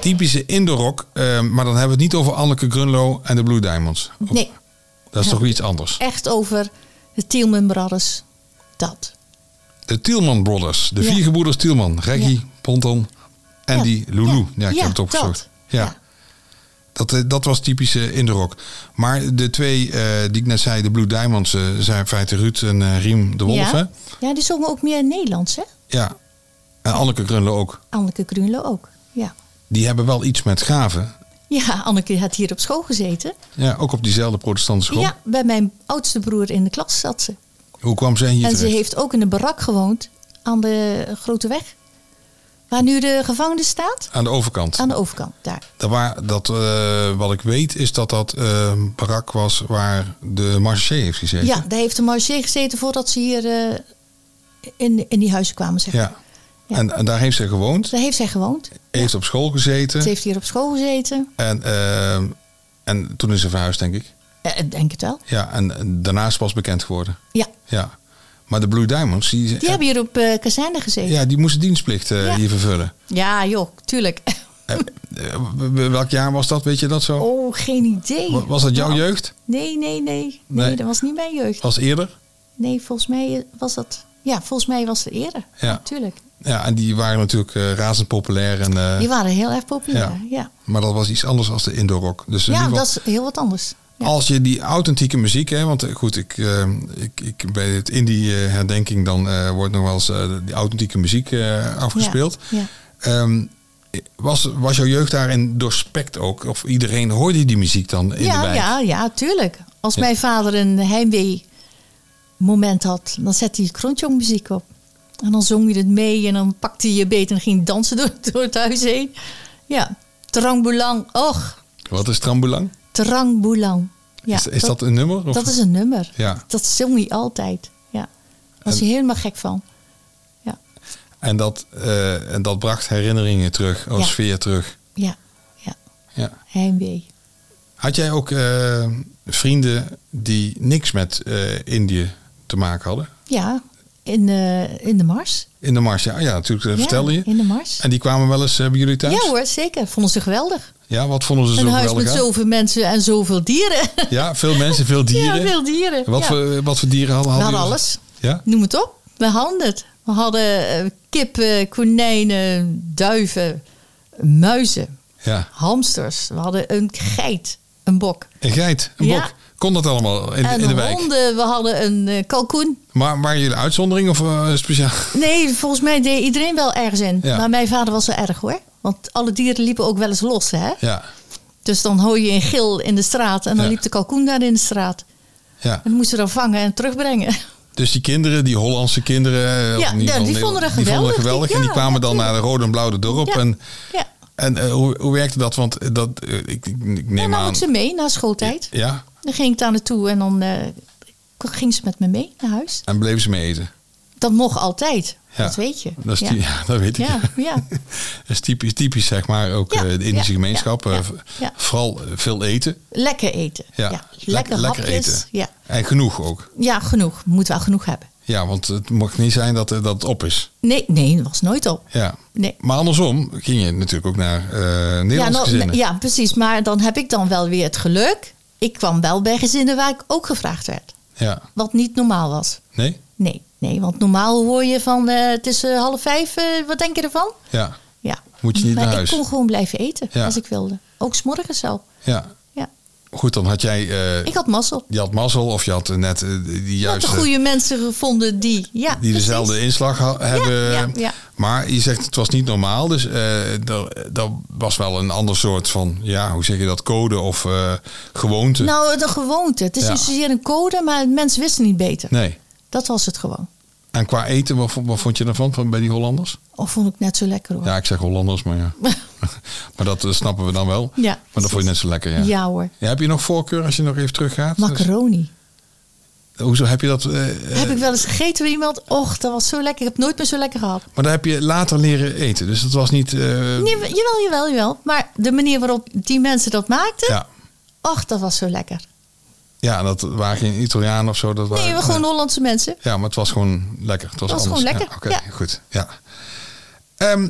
Speaker 2: Typische Indorok, eh, maar dan hebben we het niet over Anneke Grunlo en de Blue Diamonds. Of-
Speaker 1: nee,
Speaker 2: Dat is
Speaker 1: Ja.
Speaker 2: toch iets anders.
Speaker 1: echt over de Tielman Brothers. Dat.
Speaker 2: De Tielman Brothers. De
Speaker 1: Ja.
Speaker 2: vier gebroeders Tielman. Reggie, Ponton, Andy,
Speaker 1: Ja,
Speaker 2: Lulu. Ja,
Speaker 1: ja,
Speaker 2: ik
Speaker 1: ja,
Speaker 2: heb het opgezocht.
Speaker 1: dat.
Speaker 2: Ja.
Speaker 1: Ja.
Speaker 2: Dat, eh, dat was typisch eh, in de rock. Maar de twee eh, die ik net zei, de Blue Diamonds, eh, zijn in feite Ruud en eh, Riem de Wolf. Ja. Hè?
Speaker 1: ja? ja, die zongen ook meer Nederlands, hè?
Speaker 2: ja. En Anneke Grunlo ook.
Speaker 1: Anneke Grunlo ook, ja.
Speaker 2: Die hebben wel iets met gaven.
Speaker 1: Ja, Anneke had hier op school gezeten.
Speaker 2: Ja, ook op diezelfde protestantse school.
Speaker 1: Ja, bij mijn oudste broer in de klas zat ze.
Speaker 2: Hoe kwam zij hier
Speaker 1: en
Speaker 2: terecht?
Speaker 1: ze heeft ook in de barak gewoond aan de Grote Weg. Waar nu de gevangenis staat.
Speaker 2: Aan de overkant.
Speaker 1: Aan de overkant, daar.
Speaker 2: Dat waar, dat, eh, wat ik weet is dat dat eh, barak was waar de marché heeft gezeten.
Speaker 1: Ja, daar heeft de marché gezeten voordat ze hier eh, in, in die huizen kwamen, zeg maar.
Speaker 2: Ja.
Speaker 1: Ja.
Speaker 2: En, en daar heeft ze gewoond.
Speaker 1: Daar heeft zij gewoond.
Speaker 2: Heeft op school gezeten.
Speaker 1: Ze heeft hier op school gezeten.
Speaker 2: En, ehm, en toen is ze verhuisd, denk ik.
Speaker 1: Eh, ik denk het wel.
Speaker 2: Ja, en en daarnaast pas bekend geworden.
Speaker 1: Ja,
Speaker 2: Ja. Maar de Blue Diamonds, die,
Speaker 1: die hebben hier op eh kazerne gezeten. Ja.
Speaker 2: ja, die moesten dienstplicht eh,
Speaker 1: Ja.
Speaker 2: hier vervullen.
Speaker 1: joh, tuurlijk.
Speaker 2: Eh, eh, w- w- welk jaar was dat, weet je dat zo?
Speaker 1: Oh, geen idee.
Speaker 2: Wa- Was dat jouw
Speaker 1: Nou,
Speaker 2: jeugd?
Speaker 1: Nee, nee, nee, nee.
Speaker 2: Nee.
Speaker 1: dat was niet mijn jeugd.
Speaker 2: Was eerder?
Speaker 1: Nee, volgens mij eh, was dat... Ja, volgens mij was het eerder.
Speaker 2: Ja.
Speaker 1: Tuurlijk.
Speaker 2: Ja, en die waren natuurlijk eh, razend populair. En, eh,
Speaker 1: Die waren heel erg populair,
Speaker 2: Ja.
Speaker 1: ja. Ja,
Speaker 2: maar dat was iets anders als de indoor rock. Dus in ieder geval-
Speaker 1: dat is heel wat anders. Ja.
Speaker 2: Als je die authentieke muziek, hè, want eh, goed, ik, eh, ik, ik, bij het indie-herdenking dan eh, wordt nog wel eens eh, die authentieke muziek eh, afgespeeld.
Speaker 1: Ja, ja.
Speaker 2: Ehm, was, was jouw jeugd daarin doorspekt ook? Of iedereen hoorde die muziek dan in de
Speaker 1: ja,
Speaker 2: wijk?
Speaker 1: ja, ja, tuurlijk. Als mijn vader een heimwee moment had, dan zette hij krontjongmuziek op. En dan zong je het mee en dan pakte hij je beet en ging dansen door, door het huis heen. Ja, Trangboelang. Och,
Speaker 2: Wat is Trambulang?
Speaker 1: Trangboelang. Ja,
Speaker 2: is, is dat, een nummer? Of?
Speaker 1: dat is een nummer.
Speaker 2: Ja.
Speaker 1: Dat zong hij altijd. Ja. Daar was hij helemaal gek van. Ja,
Speaker 2: En, dat, eh, en dat bracht herinneringen terug, een
Speaker 1: Ja.
Speaker 2: sfeer terug.
Speaker 1: ja, ja.
Speaker 2: Ja.
Speaker 1: Heimwee.
Speaker 2: Had jij ook eh, vrienden die niks met eh, Indië te maken hadden?
Speaker 1: Ja, in, eh, in de Mars.
Speaker 2: In de Mars, ja, ja natuurlijk, dat
Speaker 1: Ja,
Speaker 2: vertelde je.
Speaker 1: In de Mars.
Speaker 2: En die kwamen wel eens eh, bij jullie thuis?
Speaker 1: Ja hoor, zeker. Vonden ze geweldig.
Speaker 2: Ja, wat vonden ze zo
Speaker 1: Een huis
Speaker 2: geweldig
Speaker 1: met
Speaker 2: aan?
Speaker 1: zoveel mensen en zoveel dieren.
Speaker 2: Ja, veel mensen, veel dieren.
Speaker 1: Ja, veel dieren.
Speaker 2: En Wat,
Speaker 1: ja.
Speaker 2: voor, eh, wat voor dieren hadden
Speaker 1: We
Speaker 2: hadden
Speaker 1: hadden
Speaker 2: jullie?
Speaker 1: alles.
Speaker 2: Ja?
Speaker 1: Noem het op. We hadden het. We hadden eh, kippen, konijnen, duiven, muizen,
Speaker 2: ja.
Speaker 1: hamsters. We hadden een geit, een bok.
Speaker 2: Een geit, een
Speaker 1: Ja.
Speaker 2: bok. Kon dat allemaal in,
Speaker 1: en
Speaker 2: in de wijk?
Speaker 1: honden. We hadden een eh, kalkoen.
Speaker 2: Maar waren jullie uitzondering of eh, speciaal?
Speaker 1: Nee, volgens mij deed iedereen wel ergens in.
Speaker 2: Ja.
Speaker 1: Maar mijn vader was wel erg hoor. Want alle dieren liepen ook wel eens los. Hè?
Speaker 2: Ja,
Speaker 1: Dus dan hoor je een gil in de straat. En dan
Speaker 2: Ja.
Speaker 1: liep de kalkoen daar in de straat.
Speaker 2: ja.
Speaker 1: En dan moesten we dan vangen en terugbrengen.
Speaker 2: Dus die kinderen, die Hollandse kinderen... eh, of
Speaker 1: Ja,
Speaker 2: in ieder
Speaker 1: ja,
Speaker 2: geval
Speaker 1: die
Speaker 2: Nederland-
Speaker 1: vonden dat
Speaker 2: Die
Speaker 1: geweldig.
Speaker 2: vonden geweldig. en
Speaker 1: Ja,
Speaker 2: die kwamen dan naar
Speaker 1: natuurlijk.
Speaker 2: de Rode en Blauwe Dorp.
Speaker 1: Ja.
Speaker 2: En,
Speaker 1: Ja.
Speaker 2: en eh, hoe, hoe werkte dat? Want eh, dat, eh, ik, ik ik
Speaker 1: Dan
Speaker 2: neem
Speaker 1: nam
Speaker 2: aan...
Speaker 1: ik ze mee na schooltijd.
Speaker 2: Ja,
Speaker 1: Dan ging ik daar naartoe en dan eh, ging ze met me mee naar huis.
Speaker 2: en bleven ze mee eten.
Speaker 1: Dat mocht altijd.
Speaker 2: Ja.
Speaker 1: Dat weet je.
Speaker 2: Dat, is
Speaker 1: ja.
Speaker 2: ty- ja, dat weet ik.
Speaker 1: Ja, ja.
Speaker 2: Dat is typisch, typisch, zeg maar, ook
Speaker 1: Ja,
Speaker 2: eh, de Indische
Speaker 1: ja,
Speaker 2: gemeenschap.
Speaker 1: ja,
Speaker 2: eh,
Speaker 1: ja,
Speaker 2: v-
Speaker 1: ja.
Speaker 2: Vooral eh, veel eten.
Speaker 1: Lekker eten.
Speaker 2: Ja,
Speaker 1: Lekker,
Speaker 2: lekker
Speaker 1: hapjes.
Speaker 2: eten.
Speaker 1: Ja.
Speaker 2: En genoeg ook.
Speaker 1: ja, genoeg. Moet wel genoeg hebben.
Speaker 2: Ja, want het mag niet zijn dat, eh, dat het op is.
Speaker 1: Nee, nee, dat was nooit op.
Speaker 2: Ja.
Speaker 1: Nee.
Speaker 2: Maar andersom ging je natuurlijk ook naar eh
Speaker 1: Ja,
Speaker 2: Nederlandse
Speaker 1: nou,
Speaker 2: gezinnen.
Speaker 1: ja, precies. Maar dan heb ik dan wel weer het geluk. Ik kwam wel bij gezinnen waar ik ook gevraagd werd.
Speaker 2: Ja.
Speaker 1: Wat niet normaal was.
Speaker 2: Nee?
Speaker 1: Nee, nee want normaal hoor je van eh, het is eh, half vijf. eh, wat denk je ervan?
Speaker 2: Ja.
Speaker 1: Ja.
Speaker 2: Moet je niet
Speaker 1: maar
Speaker 2: naar
Speaker 1: ik
Speaker 2: huis.
Speaker 1: kon gewoon blijven eten
Speaker 2: Ja.
Speaker 1: als ik wilde. Ook s'morgens al.
Speaker 2: ja.
Speaker 1: Ja.
Speaker 2: Goed, dan had jij... eh,
Speaker 1: Ik had mazzel.
Speaker 2: Je had mazzel of je had eh, net eh, die
Speaker 1: Ik had de
Speaker 2: juiste...
Speaker 1: goede mensen gevonden die... Ja,
Speaker 2: die
Speaker 1: precies.
Speaker 2: dezelfde inslag ha- hebben.
Speaker 1: ja, ja.
Speaker 2: Maar je zegt het was niet normaal. Dus eh, dat, dat was wel een ander soort van, ja, hoe zeg je dat, code of eh, gewoonte.
Speaker 1: Nou, de gewoonte. Het is
Speaker 2: Ja.
Speaker 1: niet zozeer een code, maar mensen wisten niet beter.
Speaker 2: Nee.
Speaker 1: Dat was het gewoon.
Speaker 2: En qua eten, wat, vo- wat vond je ervan van, bij die Hollanders?
Speaker 1: Of vond ik net zo lekker hoor.
Speaker 2: Ja, ik zeg Hollanders, maar ja. maar dat eh, snappen we dan wel.
Speaker 1: Ja,
Speaker 2: maar dat
Speaker 1: precies.
Speaker 2: vond je net zo lekker, ja.
Speaker 1: Ja, hoor.
Speaker 2: Ja, heb je nog voorkeur als je nog even teruggaat? Dus,
Speaker 1: Macaroni.
Speaker 2: hoezo heb je dat? eh, eh,
Speaker 1: heb ik wel eens gegeten bij iemand. Och, dat was zo lekker. Ik heb nooit meer zo lekker gehad.
Speaker 2: maar daar heb je later leren eten. Dus dat was niet. eh,
Speaker 1: Nee, jawel, jawel, jawel. Maar de manier waarop die mensen dat maakten.
Speaker 2: ja.
Speaker 1: Och, dat was zo lekker.
Speaker 2: ja, dat waren geen Italianen of zo. Dat
Speaker 1: Nee,
Speaker 2: waren,
Speaker 1: we gewoon Hollandse mensen.
Speaker 2: Ja, maar het was gewoon lekker. Het was,
Speaker 1: Het was
Speaker 2: anders.
Speaker 1: gewoon
Speaker 2: Ja,
Speaker 1: lekker,
Speaker 2: Oké,
Speaker 1: ja.
Speaker 2: goed. Ja. Ehm,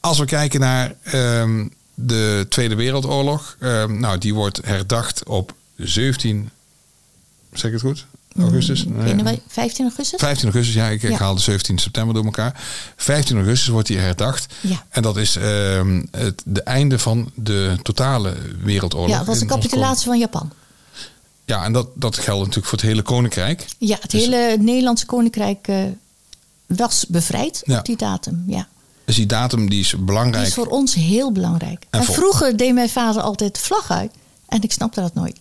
Speaker 2: als we kijken naar ehm, de Tweede Wereldoorlog. ehm, nou, die wordt herdacht op 17... Zeg ik het goed? Augustus?
Speaker 1: Mm, Ik
Speaker 2: Nee.
Speaker 1: weet nog wel, 15 augustus?
Speaker 2: 15 augustus, ja, ik, ik
Speaker 1: Ja.
Speaker 2: haal de 17 september door elkaar. 15 augustus wordt die herdacht.
Speaker 1: Ja.
Speaker 2: En dat is ehm, het de einde van de totale wereldoorlog.
Speaker 1: ja, dat was de
Speaker 2: in ons
Speaker 1: capitulatie van Japan.
Speaker 2: kon- Ja, en dat, dat geldt natuurlijk voor het hele koninkrijk.
Speaker 1: Ja, het
Speaker 2: Dus-
Speaker 1: hele Nederlandse koninkrijk eh, was bevrijd
Speaker 2: Ja.
Speaker 1: op die datum. Ja.
Speaker 2: Dus die datum die is belangrijk.
Speaker 1: Die is voor ons heel belangrijk.
Speaker 2: En
Speaker 1: En,
Speaker 2: voor-
Speaker 1: vroeger deed mijn vader altijd de vlag uit. En ik snapte dat nooit.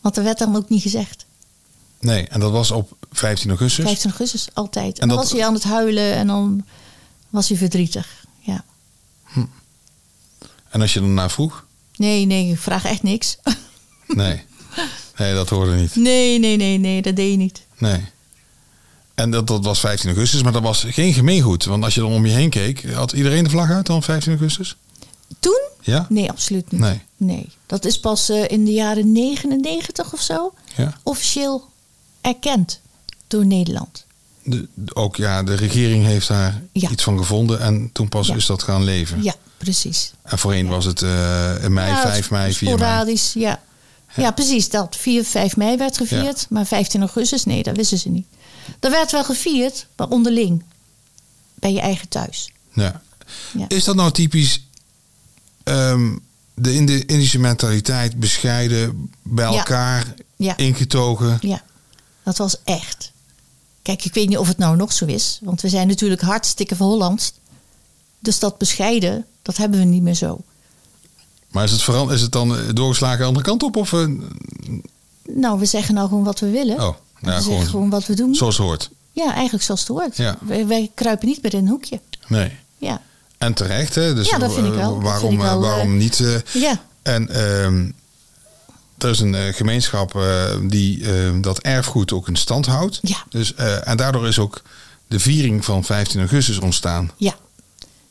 Speaker 1: Want er werd dan ook niet gezegd.
Speaker 2: Nee, en dat was op 15 augustus.
Speaker 1: 15 augustus, altijd. En,
Speaker 2: Dus- En
Speaker 1: dan
Speaker 2: dat-
Speaker 1: was hij aan het huilen en dan was hij verdrietig. Ja.
Speaker 2: En als je ernaar vroeg?
Speaker 1: Nee, nee, ik vraag echt niks.
Speaker 2: Nee. Nee, dat hoorde niet.
Speaker 1: nee, nee, nee, nee, dat deed je niet.
Speaker 2: Nee. En dat, dat was 15 augustus, maar dat was geen gemeengoed. Want als je dan om je heen keek, had iedereen de vlag uit dan 15 augustus?
Speaker 1: Toen?
Speaker 2: Ja?
Speaker 1: Nee, absoluut niet.
Speaker 2: Nee.
Speaker 1: nee. Dat is pas eh, in de jaren 99 of zo
Speaker 2: Ja.
Speaker 1: officieel erkend door Nederland.
Speaker 2: De, de- ook ja, de regering heeft daar
Speaker 1: Ja.
Speaker 2: iets van gevonden en toen pas
Speaker 1: Ja.
Speaker 2: is dat gaan leven.
Speaker 1: Ja, precies.
Speaker 2: En voorheen was het eh, in mei,
Speaker 1: Ja,
Speaker 2: 5 mei, 4 mei.
Speaker 1: sporadisch, ja. ja. precies. Dat 4, 5 mei werd gevierd. Maar 15 augustus, nee, dat wisten ze niet. Er werd wel gevierd, maar onderling. Bij je eigen thuis.
Speaker 2: Ja.
Speaker 1: Ja.
Speaker 2: Is dat nou typisch ehm, de Indi- Indische mentaliteit, bescheiden, bij
Speaker 1: Ja.
Speaker 2: elkaar,
Speaker 1: Ja.
Speaker 2: ingetogen?
Speaker 1: Ja, dat was echt. Kijk, ik weet niet of het nou nog zo is. Want we zijn natuurlijk hartstikke Hollands. Dus dat bescheiden, dat hebben we niet meer zo.
Speaker 2: Maar is het, vooral, is het dan eh, doorgeslagen de andere kant op? Of, eh,
Speaker 1: Nou, we zeggen nou gewoon wat we willen.
Speaker 2: oh,
Speaker 1: we
Speaker 2: ja,
Speaker 1: zeggen
Speaker 2: gewoon,
Speaker 1: gewoon wat we doen.
Speaker 2: zoals het hoort.
Speaker 1: Ja, eigenlijk zoals het hoort.
Speaker 2: Ja.
Speaker 1: Wij, wij kruipen niet meer in een hoekje.
Speaker 2: Nee.
Speaker 1: Ja,
Speaker 2: En terecht, hè? Dus
Speaker 1: Ja, dat vind ik wel.
Speaker 2: eh,
Speaker 1: Dat
Speaker 2: Waarom,
Speaker 1: vind ik
Speaker 2: eh,
Speaker 1: wel, eh,
Speaker 2: waarom niet? eh,
Speaker 1: ja.
Speaker 2: En ehm, er is een eh, gemeenschap eh, die ehm, dat erfgoed ook in stand houdt.
Speaker 1: Ja.
Speaker 2: Dus, eh, en daardoor is ook de viering van 15 augustus ontstaan.
Speaker 1: Ja.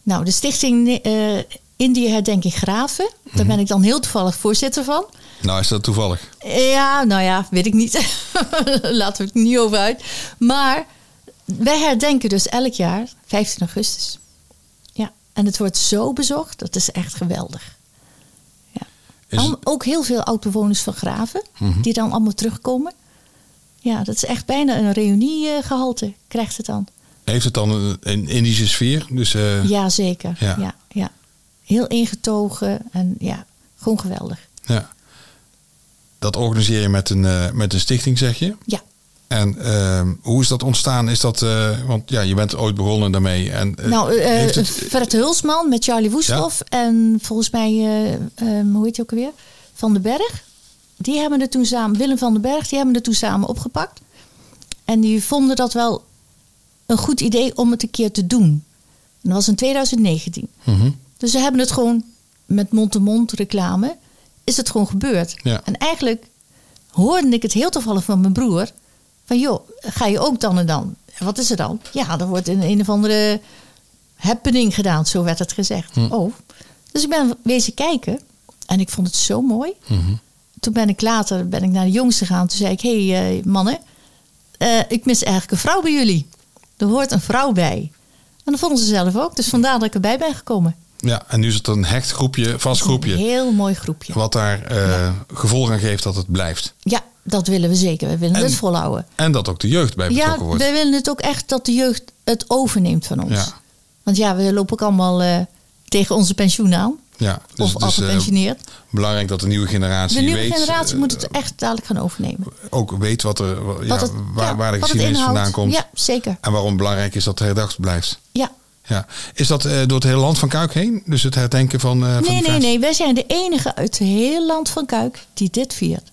Speaker 1: Nou, de Stichting eh, Indië Herdenking Graven.
Speaker 2: Mhm.
Speaker 1: Daar ben ik dan heel toevallig voorzitter van.
Speaker 2: Nou, is dat toevallig?
Speaker 1: Ja, nou ja, weet ik niet. Laten we het niet over uit. Maar wij herdenken dus elk jaar 15 augustus. Ja, en het wordt zo bezocht, dat is echt geweldig. Ja.
Speaker 2: Is
Speaker 1: Al-
Speaker 2: het- Mhm.
Speaker 1: Ook heel veel oud-bewoners van Graven, die dan allemaal terugkomen. Ja, dat is echt bijna een reuniegehalte, krijgt het dan.
Speaker 2: Heeft het dan een, een Indische sfeer? Dus, eh,
Speaker 1: Ja, zeker.
Speaker 2: Ja.
Speaker 1: Ja. Ja, Heel ingetogen en ja, gewoon geweldig.
Speaker 2: ja. Dat organiseer je met een, eh, met een stichting, zeg je?
Speaker 1: Ja.
Speaker 2: En ehm, hoe is dat ontstaan? Is dat, eh, want ja, je bent ooit begonnen daarmee. En, eh,
Speaker 1: nou, eh,
Speaker 2: heeft het-
Speaker 1: Fred Hulsman met Charlie Woesthoff en volgens mij, eh, ehm, hoe heet je ook alweer? Van den Berg. Die hebben er toen samen, Willem van den Berg, die hebben er toen samen opgepakt. En die vonden dat wel een goed idee om het een keer te doen. En dat was in 2019.
Speaker 2: Mhm.
Speaker 1: Dus ze hebben het gewoon met mond-to-mond reclame, is het gewoon gebeurd.
Speaker 2: Ja.
Speaker 1: En eigenlijk hoorde ik het heel toevallig van mijn broer. Van joh, ga je ook dan en dan? En Wat is er dan? Ja, er wordt een, een of andere happening gedaan, zo werd het gezegd.
Speaker 2: Mhm.
Speaker 1: Oh. Dus ik ben wezen kijken en ik vond het zo mooi.
Speaker 2: Mhm.
Speaker 1: Toen ben ik later ben ik naar de jongens gegaan. Toen zei ik, hé hey, eh, mannen, eh, ik mis eigenlijk een vrouw bij jullie. Er hoort een vrouw bij. En dat vonden ze zelf ook. Dus vandaar dat ik erbij ben gekomen.
Speaker 2: Ja, en nu is het een hecht groepje, vast
Speaker 1: Een
Speaker 2: groepje.
Speaker 1: heel mooi groepje.
Speaker 2: Wat daar eh, gevolg aan geeft dat het blijft.
Speaker 1: Ja, dat willen we zeker. We willen
Speaker 2: En-
Speaker 1: het volhouden.
Speaker 2: En dat ook de jeugd bij betrokken
Speaker 1: Ja,
Speaker 2: wordt.
Speaker 1: we willen het ook echt dat de jeugd het overneemt van ons.
Speaker 2: Ja.
Speaker 1: Want ja, we lopen ook allemaal eh, tegen onze pensioen aan.
Speaker 2: Ja, dus
Speaker 1: of
Speaker 2: het
Speaker 1: al
Speaker 2: is eh,
Speaker 1: gepensioneerd.
Speaker 2: belangrijk dat de nieuwe generatie
Speaker 1: de nieuwe
Speaker 2: weet,
Speaker 1: generatie
Speaker 2: eh,
Speaker 1: moet het echt dadelijk gaan overnemen.
Speaker 2: ook weet wat er, wa- ja,
Speaker 1: Wat het-
Speaker 2: waar,
Speaker 1: ja,
Speaker 2: waar de
Speaker 1: wat het
Speaker 2: geschiedenis
Speaker 1: inhoudt.
Speaker 2: vandaan komt.
Speaker 1: Ja, zeker.
Speaker 2: En waarom belangrijk is dat het herdacht blijft.
Speaker 1: Ja.
Speaker 2: Ja. Is dat eh, door het hele land van Kuik heen? Dus het herdenken van, eh, van
Speaker 1: Nee,
Speaker 2: die
Speaker 1: nee,
Speaker 2: vraag?
Speaker 1: nee. Wij zijn de enige uit het hele land van Kuik die dit viert.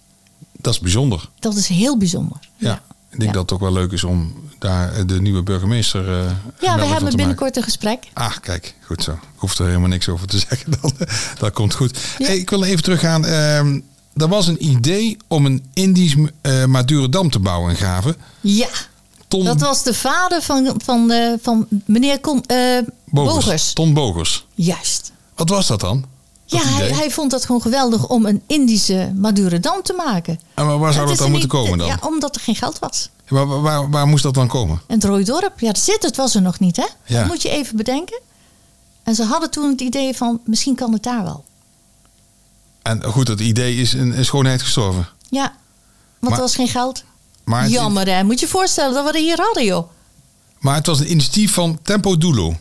Speaker 2: Dat is bijzonder.
Speaker 1: Dat is heel bijzonder.
Speaker 2: Ja. Ik denk
Speaker 1: Ja.
Speaker 2: dat het ook wel leuk is om daar eh, de nieuwe burgemeester eh, melding
Speaker 1: Ja,
Speaker 2: van
Speaker 1: we
Speaker 2: te
Speaker 1: hebben
Speaker 2: maken.
Speaker 1: binnenkort een gesprek.
Speaker 2: Ah, kijk, goed zo. Ik hoef er helemaal niks over te zeggen. Dan. Dat komt goed. Hey, ik wil even teruggaan. Ehm er was een idee om een Indisch eh Madurodam te bouwen in Graven.
Speaker 1: Ja,
Speaker 2: Ton
Speaker 1: dat was de vader van, van, eh, van meneer Con, eh,
Speaker 2: Bogers.
Speaker 1: Bogers.
Speaker 2: Ton Bogers.
Speaker 1: Juist.
Speaker 2: Wat was dat dan? Dat
Speaker 1: Ja, hij,
Speaker 2: idee?
Speaker 1: hij vond dat gewoon geweldig om een Indische Madurodam te maken.
Speaker 2: En waar, waar zou dat
Speaker 1: is
Speaker 2: dan
Speaker 1: een
Speaker 2: moeten
Speaker 1: i-
Speaker 2: komen dan?
Speaker 1: Ja, omdat er geen geld was.
Speaker 2: Waar, waar- waar, waar moest dat dan komen?
Speaker 1: En het Rooidorp, ja, dat zit, het was er nog niet, hè?
Speaker 2: Ja.
Speaker 1: Dat moet je even bedenken. En ze hadden toen het idee van, misschien kan het daar wel.
Speaker 2: En goed, dat idee is in, in schoonheid gestorven.
Speaker 1: Ja, want
Speaker 2: Maar-
Speaker 1: er was geen geld.
Speaker 2: Maar het,
Speaker 1: Jammer, hè? Moet je je voorstellen dat we er hier hadden, joh.
Speaker 2: Maar het was een initiatief van Tempo Doelo.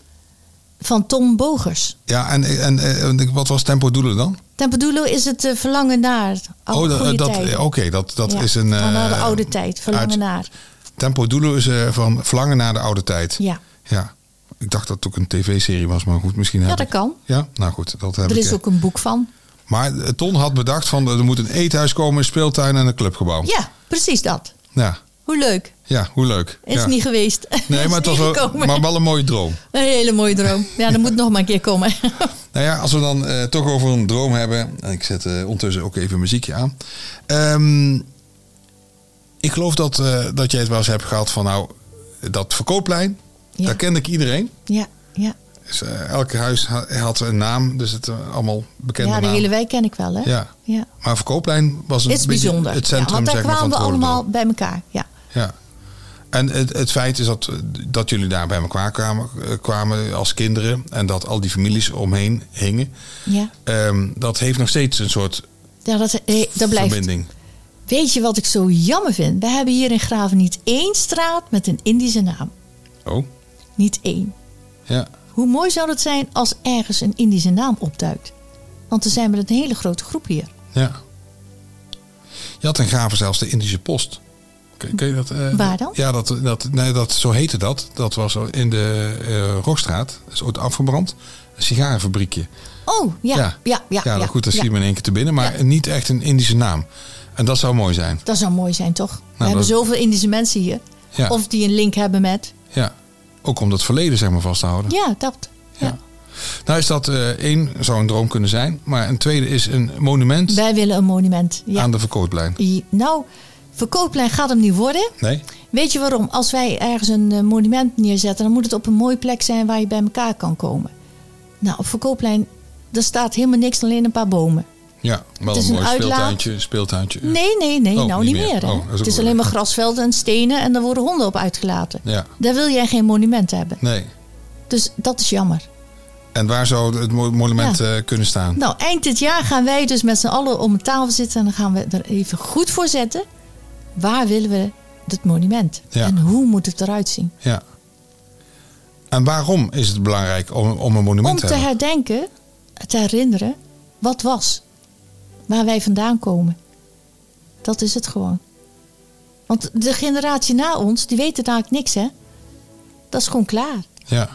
Speaker 1: Van Tom Bogers.
Speaker 2: Ja, en, en, eh, wat was Tempo Doelo dan? Oh,
Speaker 1: Tempedulo is het eh, verlangen naar oude Oh,
Speaker 2: dat- eh,
Speaker 1: goede
Speaker 2: dat,
Speaker 1: tijden.
Speaker 2: oké, dat, dat
Speaker 1: Ja,
Speaker 2: is een.
Speaker 1: van naar de
Speaker 2: eh,
Speaker 1: oude tijd, verlangen
Speaker 2: uit-
Speaker 1: naar.
Speaker 2: Tempo Doelo is eh, van verlangen naar de oude tijd.
Speaker 1: Ja.
Speaker 2: Ja. Ik dacht dat het ook een tv-serie was, maar goed, misschien. heb
Speaker 1: dat
Speaker 2: ik-
Speaker 1: kan.
Speaker 2: Ja, nou goed, dat heb
Speaker 1: Er
Speaker 2: ik.
Speaker 1: is
Speaker 2: eh.
Speaker 1: ook een boek van.
Speaker 2: Maar eh, Ton had bedacht van er moet een eethuis komen, een speeltuin en een clubgebouw.
Speaker 1: Ja, precies dat.
Speaker 2: Ja,
Speaker 1: Hoe leuk.
Speaker 2: ja hoe leuk.
Speaker 1: Is
Speaker 2: ja.
Speaker 1: niet geweest.
Speaker 2: Nee,
Speaker 1: Is
Speaker 2: maar het was
Speaker 1: niet
Speaker 2: wel,
Speaker 1: gekomen.
Speaker 2: maar wel een mooie droom.
Speaker 1: Een hele mooie droom. Ja, dat moet nog maar een keer komen.
Speaker 2: Nou ja, als we dan eh, toch over een droom hebben. en Ik zet eh, ondertussen ook even muziekje aan. Ehm, ik geloof dat, eh, dat jij het wel eens hebt gehad van nou, dat verkooplijn.
Speaker 1: Ja.
Speaker 2: Daar kende ik iedereen.
Speaker 1: ja, ja.
Speaker 2: Dus, eh, elke huis ha- had een naam, dus het eh, allemaal bekende
Speaker 1: ja de
Speaker 2: naam.
Speaker 1: hele wijk ken ik wel, hè?
Speaker 2: Ja.
Speaker 1: ja.
Speaker 2: Maar verkooplijn was een
Speaker 1: Het is
Speaker 2: beetje
Speaker 1: bijzonder.
Speaker 2: het
Speaker 1: ja,
Speaker 2: centrum
Speaker 1: want daar
Speaker 2: zeg maar, van
Speaker 1: kwamen
Speaker 2: het
Speaker 1: we
Speaker 2: Rodendorp.
Speaker 1: allemaal bij elkaar. Ja.
Speaker 2: Ja. En het, het feit is dat, eh, dat jullie daar bij elkaar kwamen, eh, kwamen als kinderen en dat al die families omheen hingen.
Speaker 1: Ja.
Speaker 2: Ehm, dat heeft nog steeds een soort
Speaker 1: ja, dat, eh, dat blijft.
Speaker 2: verbinding.
Speaker 1: Weet je wat ik zo jammer vind? We hebben hier in Graven niet één straat met een Indische naam.
Speaker 2: Oh,
Speaker 1: Niet één.
Speaker 2: ja.
Speaker 1: Hoe mooi zou het zijn als ergens een Indische naam opduikt? Want er zijn we een hele grote groep hier.
Speaker 2: ja. Je had in Graven zelfs de Indische Post. Kun, kun je dat, eh,
Speaker 1: Waar dan?
Speaker 2: Ja, dat, dat, nee, dat, zo heette dat. Dat was in de eh Rockstraat. Dat is ooit afgebrand. Een sigarenfabriekje.
Speaker 1: Oh, ja. Ja, ja, ja.
Speaker 2: nou goed, dat
Speaker 1: ja.
Speaker 2: zie je me in één keer te binnen. Maar
Speaker 1: Ja.
Speaker 2: niet echt een Indische naam. En dat zou mooi zijn.
Speaker 1: Dat zou mooi zijn, toch? we hebben
Speaker 2: dat-
Speaker 1: zoveel Indische mensen hier.
Speaker 2: Ja.
Speaker 1: Of die een link hebben met.
Speaker 2: Ja, ook om dat verleden zeg maar vast te houden.
Speaker 1: Ja, dat. Ja.
Speaker 2: Ja. Nou is dat eh één, zou een droom kunnen zijn. Maar een tweede is een monument
Speaker 1: Wij willen een monument. Ja.
Speaker 2: aan de verkooplijn.
Speaker 1: I- Nou, verkooplijn gaat hem niet worden.
Speaker 2: Nee?
Speaker 1: Weet je waarom? Als wij ergens een eh, monument neerzetten, dan moet het op een mooie plek zijn waar je bij elkaar kan komen. Nou, op verkooplijn Er staat helemaal niks, alleen een paar bomen.
Speaker 2: Ja, wel
Speaker 1: Het is
Speaker 2: een
Speaker 1: een
Speaker 2: mooi
Speaker 1: uitlaat.
Speaker 2: speeltuintje. speeltuintje.
Speaker 1: Nee, nee, nee,
Speaker 2: Oh,
Speaker 1: nou
Speaker 2: niet
Speaker 1: niet
Speaker 2: meer.
Speaker 1: meer. hè.
Speaker 2: Oh, dat is ook
Speaker 1: het is
Speaker 2: wel
Speaker 1: alleen maar grasvelden en stenen en daar worden honden op uitgelaten.
Speaker 2: Ja,
Speaker 1: Daar wil jij geen monument hebben.
Speaker 2: nee.
Speaker 1: Dus dat is jammer.
Speaker 2: En waar zou het mo- monument eh, kunnen staan?
Speaker 1: Nou, eind dit jaar gaan wij dus met z'n allen om een tafel zitten en dan gaan we er even goed voor zetten. Waar willen we het monument?
Speaker 2: Ja.
Speaker 1: En hoe moet het eruit zien?
Speaker 2: Ja. En waarom is het belangrijk om, om een monument
Speaker 1: Om
Speaker 2: te
Speaker 1: te
Speaker 2: hebben?
Speaker 1: herdenken, te herinneren wat was. Waar wij vandaan komen. Dat is het gewoon. Want de generatie na ons, die weten daar niks, hè? Dat is gewoon klaar.
Speaker 2: Ja.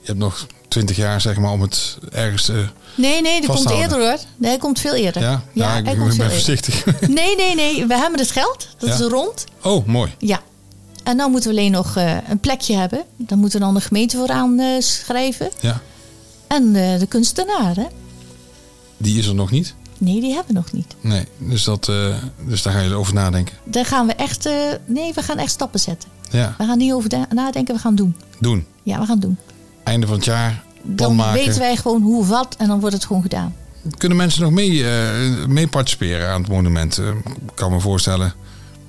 Speaker 2: Je hebt nog twintig jaar, zeg maar, om het ergens... eh,
Speaker 1: Nee, nee, die komt
Speaker 2: Vasthouden.
Speaker 1: eerder hoor. Nee, hij komt veel eerder.
Speaker 2: ja? ja, ik
Speaker 1: hij
Speaker 2: ben
Speaker 1: komt veel eerder.
Speaker 2: voorzichtig.
Speaker 1: Nee, nee, nee, we hebben het geld. Dat
Speaker 2: Ja.
Speaker 1: is rond.
Speaker 2: oh, mooi.
Speaker 1: Ja. En dan moeten we alleen nog eh, een plekje hebben. Dan moeten we dan de gemeente voor aanschrijven.
Speaker 2: Ja.
Speaker 1: en eh, de kunstenaar, hè?
Speaker 2: Die is er nog niet.
Speaker 1: Nee, die hebben we nog niet.
Speaker 2: Nee, dus, dat, eh, dus daar ga je over nadenken.
Speaker 1: Daar gaan we echt... eh, nee, we gaan echt stappen zetten.
Speaker 2: Ja,
Speaker 1: We gaan niet over da- nadenken, we gaan doen.
Speaker 2: doen.
Speaker 1: Ja, we gaan doen.
Speaker 2: Einde van het jaar, plan
Speaker 1: Dan
Speaker 2: maken.
Speaker 1: weten wij gewoon hoe of wat en dan wordt het gewoon gedaan.
Speaker 2: Kunnen mensen nog mee, eh, mee participeren aan het monument? Eh, Ik kan me voorstellen.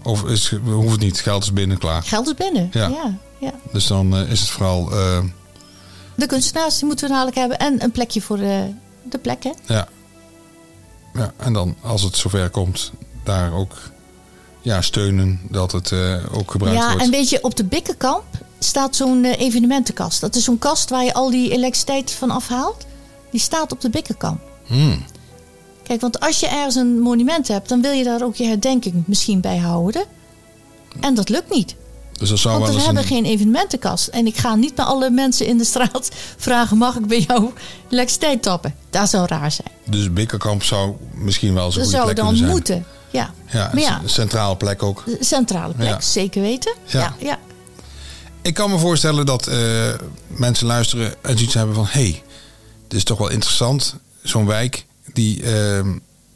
Speaker 2: Of is, hoeft het niet, geld is binnen, klaar.
Speaker 1: Geld is binnen.
Speaker 2: Ja.
Speaker 1: Ja. Ja,
Speaker 2: Dus dan eh, is het vooral... eh,
Speaker 1: De kunstenaars die moeten we dadelijk hebben en een plekje voor eh, de plek, hè?
Speaker 2: Ja. ja. En dan, als het zover komt, daar ook ja, steunen dat het eh, ook gebruikt
Speaker 1: ja,
Speaker 2: wordt.
Speaker 1: en weet je, op de Bikkenkamp staat zo'n eh, evenementenkast. Dat is zo'n kast waar je al die elektriciteit van afhaalt. Die staat op de Bikkenkamp.
Speaker 2: Hmm,
Speaker 1: Kijk, want als je ergens een monument hebt, dan wil je daar ook je herdenking misschien bij houden. En dat lukt niet.
Speaker 2: Dus dat zou
Speaker 1: Want
Speaker 2: wel
Speaker 1: we
Speaker 2: eens
Speaker 1: hebben
Speaker 2: een...
Speaker 1: geen evenementenkast. En ik ga niet naar alle mensen in de straat vragen: mag ik bij jou elektriciteit tappen? Dat zou raar zijn.
Speaker 2: Dus Bikkerkamp zou misschien wel eens een
Speaker 1: Dat
Speaker 2: goede
Speaker 1: zou
Speaker 2: plek
Speaker 1: dan
Speaker 2: kunnen zijn.
Speaker 1: moeten. Ja,
Speaker 2: Ja,
Speaker 1: Maar
Speaker 2: een
Speaker 1: ja.
Speaker 2: c- centrale plek ook.
Speaker 1: de centrale plek,
Speaker 2: Ja.
Speaker 1: zeker weten.
Speaker 2: Ja.
Speaker 1: Ja. Ja, ja.
Speaker 2: Ik kan me voorstellen dat eh, mensen luisteren en zoiets hebben van... hé, hey, dit is toch wel interessant. Zo'n wijk die eh,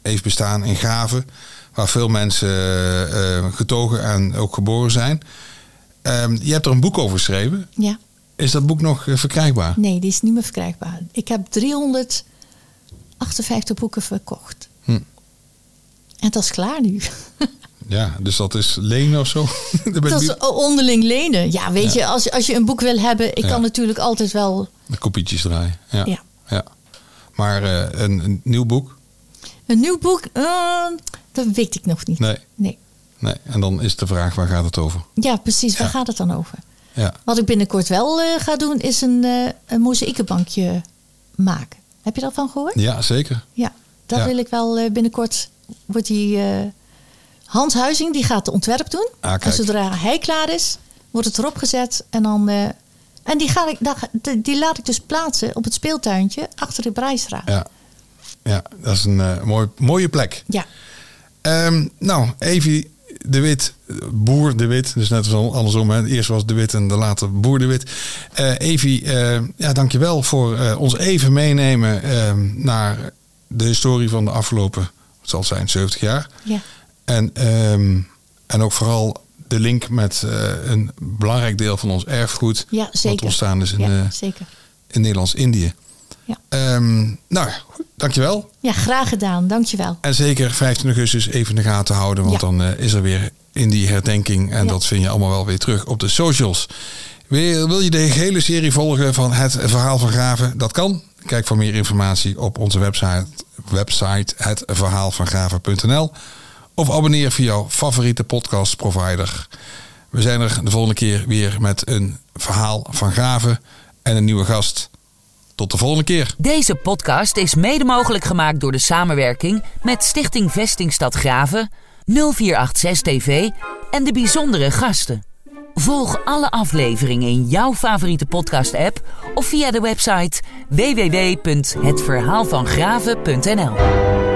Speaker 2: heeft bestaan in Graven... waar veel mensen eh, eh, getogen en ook geboren zijn. Ehm, je hebt er een boek over geschreven. Is dat boek nog eh, verkrijgbaar?
Speaker 1: Nee, die is niet meer verkrijgbaar. Ik heb 358 boeken verkocht.
Speaker 2: Hm.
Speaker 1: En dat is klaar nu.
Speaker 2: Ja, dus dat is lenen of zo. Dan ben
Speaker 1: Dat
Speaker 2: ik
Speaker 1: is onderling lenen. Ja, weet je, als, je- als je een boek wil hebben, ik
Speaker 2: Ja.
Speaker 1: kan natuurlijk altijd wel.
Speaker 2: de kopietjes draaien. Ja. ja.
Speaker 1: Ja.
Speaker 2: Maar eh, een, een nieuw boek?
Speaker 1: Een nieuw boek, eh, dat weet ik nog niet.
Speaker 2: Nee.
Speaker 1: Nee.
Speaker 2: Nee. En dan is de vraag, waar gaat het over?
Speaker 1: Ja, precies. Waar
Speaker 2: Ja.
Speaker 1: gaat het dan over?
Speaker 2: Ja.
Speaker 1: Wat ik binnenkort wel eh, ga doen, is een, eh een mozaïekenbankje maken. Heb je daarvan gehoord?
Speaker 2: ja, zeker.
Speaker 1: Ja, dat
Speaker 2: Ja.
Speaker 1: wil ik wel eh, binnenkort. Wordt die eh Hans Huizing, die gaat de ontwerp doen.
Speaker 2: Ah, kijk.
Speaker 1: en zodra hij klaar is, wordt het erop gezet. En, dan, eh, en die, ga ik, daar- die- die laat ik dus plaatsen op het speeltuintje achter de Breistraat.
Speaker 2: Ja, ja dat is een eh, mooi, mooie plek.
Speaker 1: ja.
Speaker 2: Ehm, nou, Evi de Wit, Boer de Wit. Dus net als al- andersom. Hè. Eerst was de Wit en de later Boer de Wit. Eh Evi, eh, ja, dankjewel voor eh, ons even meenemen ehm, naar de historie van de afgelopen, wat zal het zijn, 70 jaar.
Speaker 1: Ja.
Speaker 2: En, ehm, en ook vooral de link met eh, een belangrijk deel van ons erfgoed.
Speaker 1: Ja,
Speaker 2: Wat
Speaker 1: zeker.
Speaker 2: ontstaan is in,
Speaker 1: ja,
Speaker 2: eh,
Speaker 1: zeker.
Speaker 2: in Nederlands-Indië.
Speaker 1: Ja.
Speaker 2: Ehm, nou, dankjewel.
Speaker 1: Ja, graag gedaan. Dankjewel.
Speaker 2: En zeker 15 augustus even in de gaten houden,
Speaker 1: Ja.
Speaker 2: want dan eh, is er weer in die herdenking. En
Speaker 1: Ja.
Speaker 2: dat vind je allemaal wel weer terug op de socials. Wil, wil je de hele serie volgen van Het Verhaal van Graven? Dat kan. Kijk voor meer informatie op onze website, website hetverhaalvangraven.nl of abonneer via jouw favoriete podcastprovider. We zijn er de volgende keer weer met een verhaal van Graven en een nieuwe gast. Tot de volgende keer.
Speaker 3: Deze podcast is mede mogelijk gemaakt door de samenwerking met Stichting Vestingstad Graven, 0486 TV en de bijzondere gasten. Volg alle afleveringen in jouw favoriete podcast-app of via de website www.hetverhaalvangraven.nl.